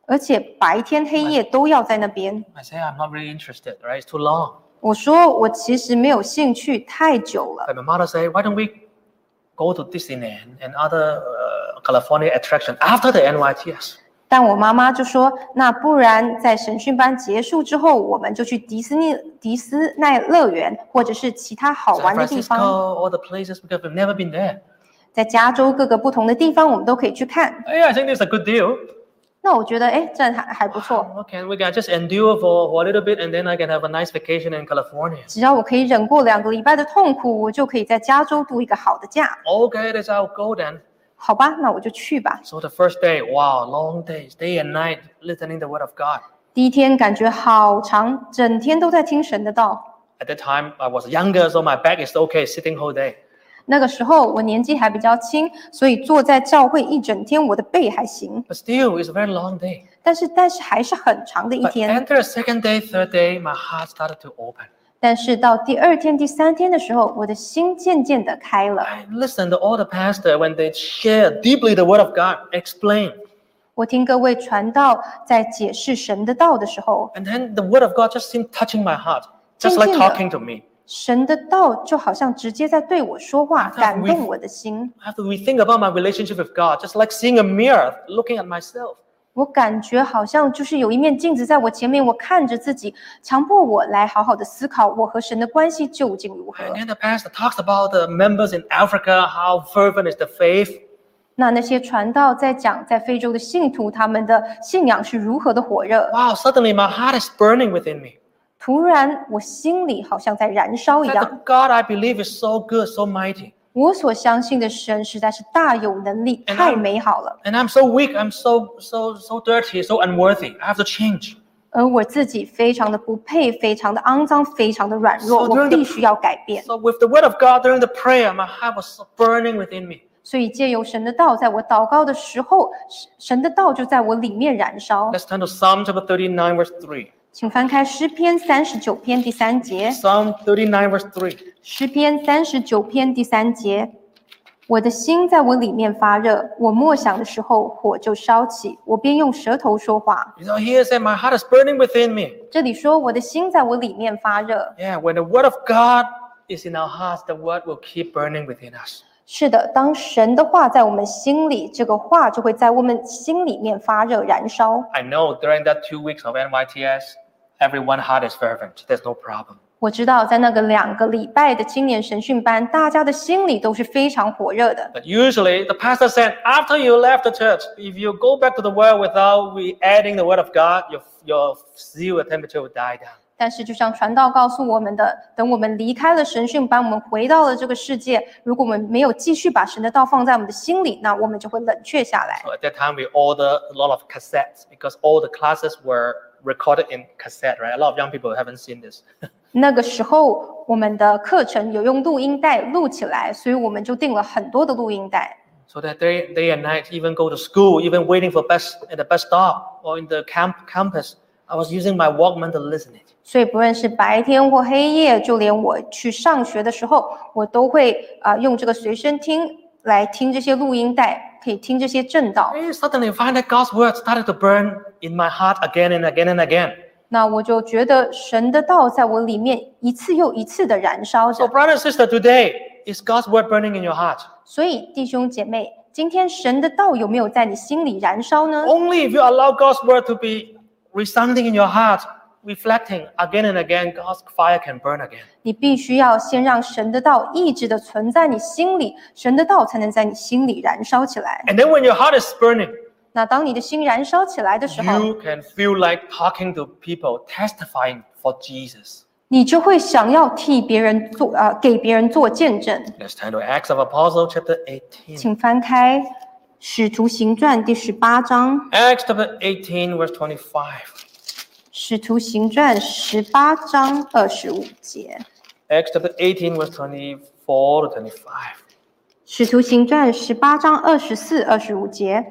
S2: 而且白天黑夜都要在那边？
S1: I say I'm not really interested, right? It's too long.
S2: 我说我其实没有兴趣，太久了。
S1: But my mother said, why don't we go to Disneyland and other uh, California attraction after the NYTS?
S2: 但我妈妈就说，那不然在审讯班结束之后，我们就去迪士尼、迪斯奈乐园，或者是其他好
S1: San
S2: 玩的
S1: Francisco,
S2: 地方，
S1: all the places because we've never been there.
S2: 在加州各个不同的地方，我们都可以去看。
S1: Yeah, I think this is a good deal. Um,
S2: 那我觉得，哎，这样还还不错。
S1: Okay, we can just endure for, for a little bit and then I can have a nice vacation in California.
S2: 只要我可以忍过两个礼拜的痛苦，我就可以在加州度一个好的假，
S1: Okay, that's our goal then.
S2: 好吧？那我就去吧。
S1: So the first day, wow, long days, day and night, listening the word of God.
S2: 第一天感觉好长，整天都在听神的道。
S1: At that time, I was younger, so my back is okay, sitting whole day.
S2: 那个时候我年纪还比较轻，所以坐在教会一整天，我的背还行，
S1: But still, it's a very long day.
S2: 但是但是还是很长的一
S1: But after
S2: 天。
S1: the second day, third day, my heart started to open.
S2: 但是到第二天、第三天的时候，我的心渐渐的开了。
S1: I listened to all the pastor when they share deeply the word of God, explain.
S2: 我听各位传道在解释神的道的时候，
S1: And then the word of God just seemed touching my heart, just like
S2: 静静地。
S1: talking to me.
S2: 神的道就好像直接在对我说话，
S1: 那
S2: 感
S1: 我
S2: 动我的心。
S1: I have to rethink about my relationship with God, just like seeing a mirror, looking at myself.
S2: 我感觉好像就是有一面镜子在我前面，我看着自己，强迫我来好好的思考我和神的关系究竟如何
S1: And。then the pastor talks about the members in Africa, how fervent is the faith.
S2: 那那些传道在讲在非洲的信徒，他们的信仰是如何的火热。
S1: Wow, suddenly my heart is burning within me.
S2: 突然，我心里好像在燃烧一
S1: That
S2: 样。
S1: the God I believe is so good, so mighty.
S2: 我所相信的神实在是大有能力，
S1: And
S2: 太
S1: I'm-
S2: 美好了。
S1: And I'm so weak, I'm so so so dirty, so unworthy. I have to change.
S2: 而我自己非常的不配，非常的肮脏，非常的软弱，
S1: So
S2: 我
S1: during the-
S2: 必须要改变。
S1: So with the word of God during the prayer, my heart was so burning within me.
S2: 所以借由神的道，在我祷告的时候，神神的道就在我里面燃烧。
S1: Let's turn to Psalm chapter 39, verse 3.
S2: 请翻开诗篇三十九篇第三节，
S1: Psalm 39, verse 3.
S2: 诗篇三十九篇第三节，我的心在我里面发热，我默想的时候火就烧起，我便用舌头说话。
S1: You know, here it said, My heart is burning within me.
S2: 这里说我的心在我里面发热，
S1: Yeah, when the word of God is in our hearts, the word will keep burning within us.
S2: 是的，当神的话在我们心里，这个话就会在我们心里面发热燃烧。
S1: I know during that two weeks of NYTS, everyone's heart is fervent. There's no problem.
S2: 我知道在那个两个礼拜的青年神训班，大家的心里都是非常火热的。
S1: But usually the pastor said, after you left the church, if you go back to the world without we adding the word of God, your, your zeal and temperature will die down.
S2: 但是，就像传道告诉我们的，等我们离开了神训班，我们回到了这个世界，如果我们没有继续把神的道放在我们的心里，那我们就会冷却下来。
S1: So at that time, we ordered a lot of cassettes because all the classes were recorded in cassette, right? A lot of young people haven't seen this.
S2: 那个时候，我们的课程有用录音带录起来，所以我们就订了很多的录音带。
S1: so that day, day and night, even go to school, even waiting for bus at the bus stop or in the camp campus, I was using my Walkman to listen it.
S2: 所以，不论是白天或黑夜，就连我去上学的时候，我都会啊、呃用这个随身听来听这些录音带，可以听这些正道。
S1: I suddenly find that God's word started to burn in my heart again and again and again.
S2: 那我就觉得神的道在我里面一次又一次的燃烧
S1: So,
S2: 着。
S1: brother and sister, today is God's word burning in your heart.
S2: 所以，弟兄姐妹，今天神的道有没有在你心里燃烧呢？
S1: Only if you allow God's word to be resounding in your heart, reflecting again and again, God's fire can burn again.
S2: 你必须要先让神的道一直的存在你心里，神的道才能在你心里燃烧起来。
S1: And then when your heart is burning,
S2: 那当你的心燃烧起来的时候，
S1: you can feel like talking to people, testifying for Jesus.
S2: 你就会想要替别人做啊、呃，给别人做见证。
S1: Let's turn to Acts of Apostle chapter 18.
S2: 请翻开《使徒行传》第十八章，《
S1: Acts chapter 18, verse 25.
S2: 使徒行传》十八章二十五节，《
S1: Acts chapter 18, verse 24 to 25.
S2: 使徒行传》十八章二十四、二十五节。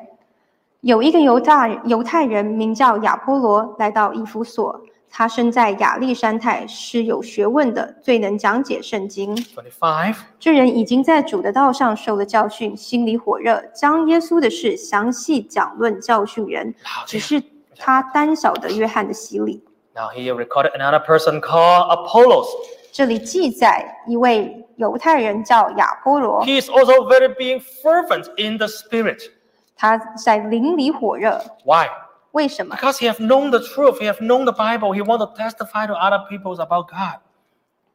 S2: 有一个犹大犹太人名叫亚波罗，来到以弗所。他生在亚历山泰，是有学问的，最能讲解圣经。
S1: 25.
S2: 这人已经在主的道上受了教训，心里火热，将耶稣的事详细讲论教训人。只是他单晓得约翰的洗礼。
S1: Now he recorded another person called Apollos.
S2: 这里记载一位犹太人叫亚波罗，
S1: He is also very being fervent in the spirit.
S2: 他在邻里火热。
S1: Why?
S2: 为什么？
S1: Because he have known the truth, he have known the Bible, he want to testify to other people about God.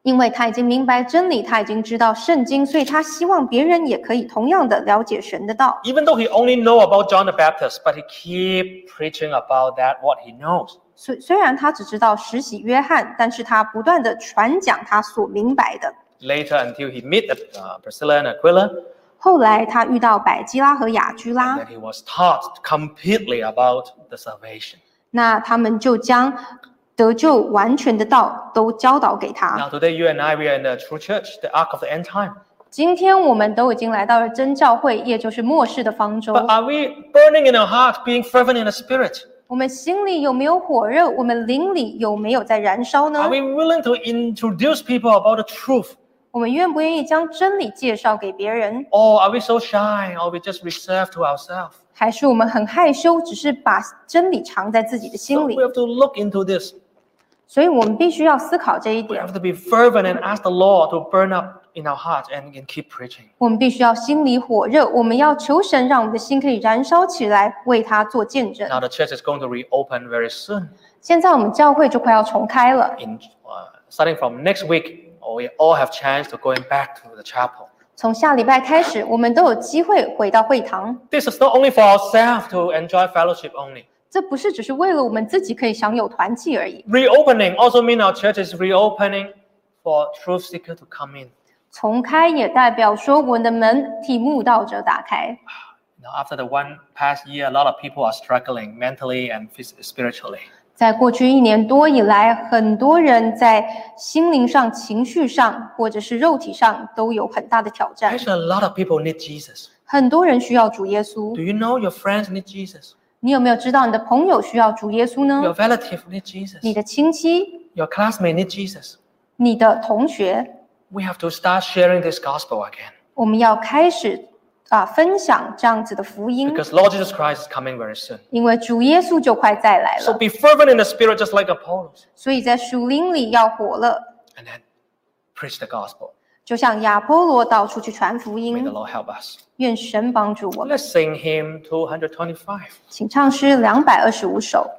S2: 因为他已经明白真理，他已经知道圣经，所以他希望别人也可以同样的了解神的道。
S1: Even though he only know about John the Baptist, but he keep preaching about that what he knows.
S2: 虽虽然他只知道石洗约翰，但是他不断的传讲他所明白的。
S1: Later until he meet uh, Priscilla and Aquila,
S2: 后来他遇到百基拉和雅居拉
S1: and，that he was taught completely about the salvation.
S2: 那他们就将得救完全的道都教导给他。
S1: Now today you and I we are in the true church, the ark of the end time.
S2: 今天我们都已经来到了真教会，也就是末世的方舟。
S1: But are we burning in our heart, being fervent in the spirit?
S2: 我们心里有没有火热？我们灵里有没有在燃烧呢
S1: Are？we willing to introduce people about the truth?
S2: 我们愿不愿意将真理介绍给别人？
S1: Or Oh, are we so shy or we just reserved to ourselves?
S2: 还是我们很害羞，只是把真理藏在自己的
S1: So
S2: 心里
S1: we？have to look into this.
S2: 所以我们必须要思考这一
S1: We
S2: 点
S1: have。to be fervent and ask the Lord to burn up in our heart and, and keep preaching.
S2: 我们必须要心里火热，我们要求神让我们的心可以燃烧起来，为他做见证。
S1: Now the church is going to reopen very soon.
S2: 现在我们教会就快要重开了，
S1: In uh, starting from next week, or we all have chance to going back to the chapel.
S2: 从下礼拜开始，我们都有机会回到会堂。
S1: This is not only for ourselves to enjoy fellowship only.
S2: 这不是只是为了我们自己可以享有团契而已。
S1: Reopening also means our church is reopening for truth seeker to come in.
S2: 重开也代表说我们的门替慕道者打开。
S1: Now, after the one past year, a lot of people are struggling mentally and phys- spiritually.
S2: 在过去一年多以来，很多人在心灵上、情绪上，或者是肉体上都有很大的挑战。
S1: Actually, a lot of people need Jesus.
S2: 很多人需要主耶
S1: Do
S2: 稣。
S1: you know your friends need Jesus?
S2: 你有没有知道你的朋友需要主耶稣
S1: Your
S2: 呢？
S1: relative need Jesus.
S2: 你的亲戚、
S1: Your classmate need Jesus.
S2: 你的同学，
S1: We have to start sharing this gospel again.
S2: 我们要开始啊分享这样子的福音，
S1: because Lord Jesus Christ is coming very soon.
S2: 因为主耶稣就快再来
S1: So
S2: 了，
S1: be fervent in the spirit, just like Apollos,
S2: 所以在属灵里要火热，
S1: and then preach the gospel.
S2: 就像亚波罗到处去传福
S1: May the
S2: 音。
S1: Lord help us.
S2: 愿神帮助我们，
S1: Let's sing hymn 225.
S2: 请唱诗两百二十五首。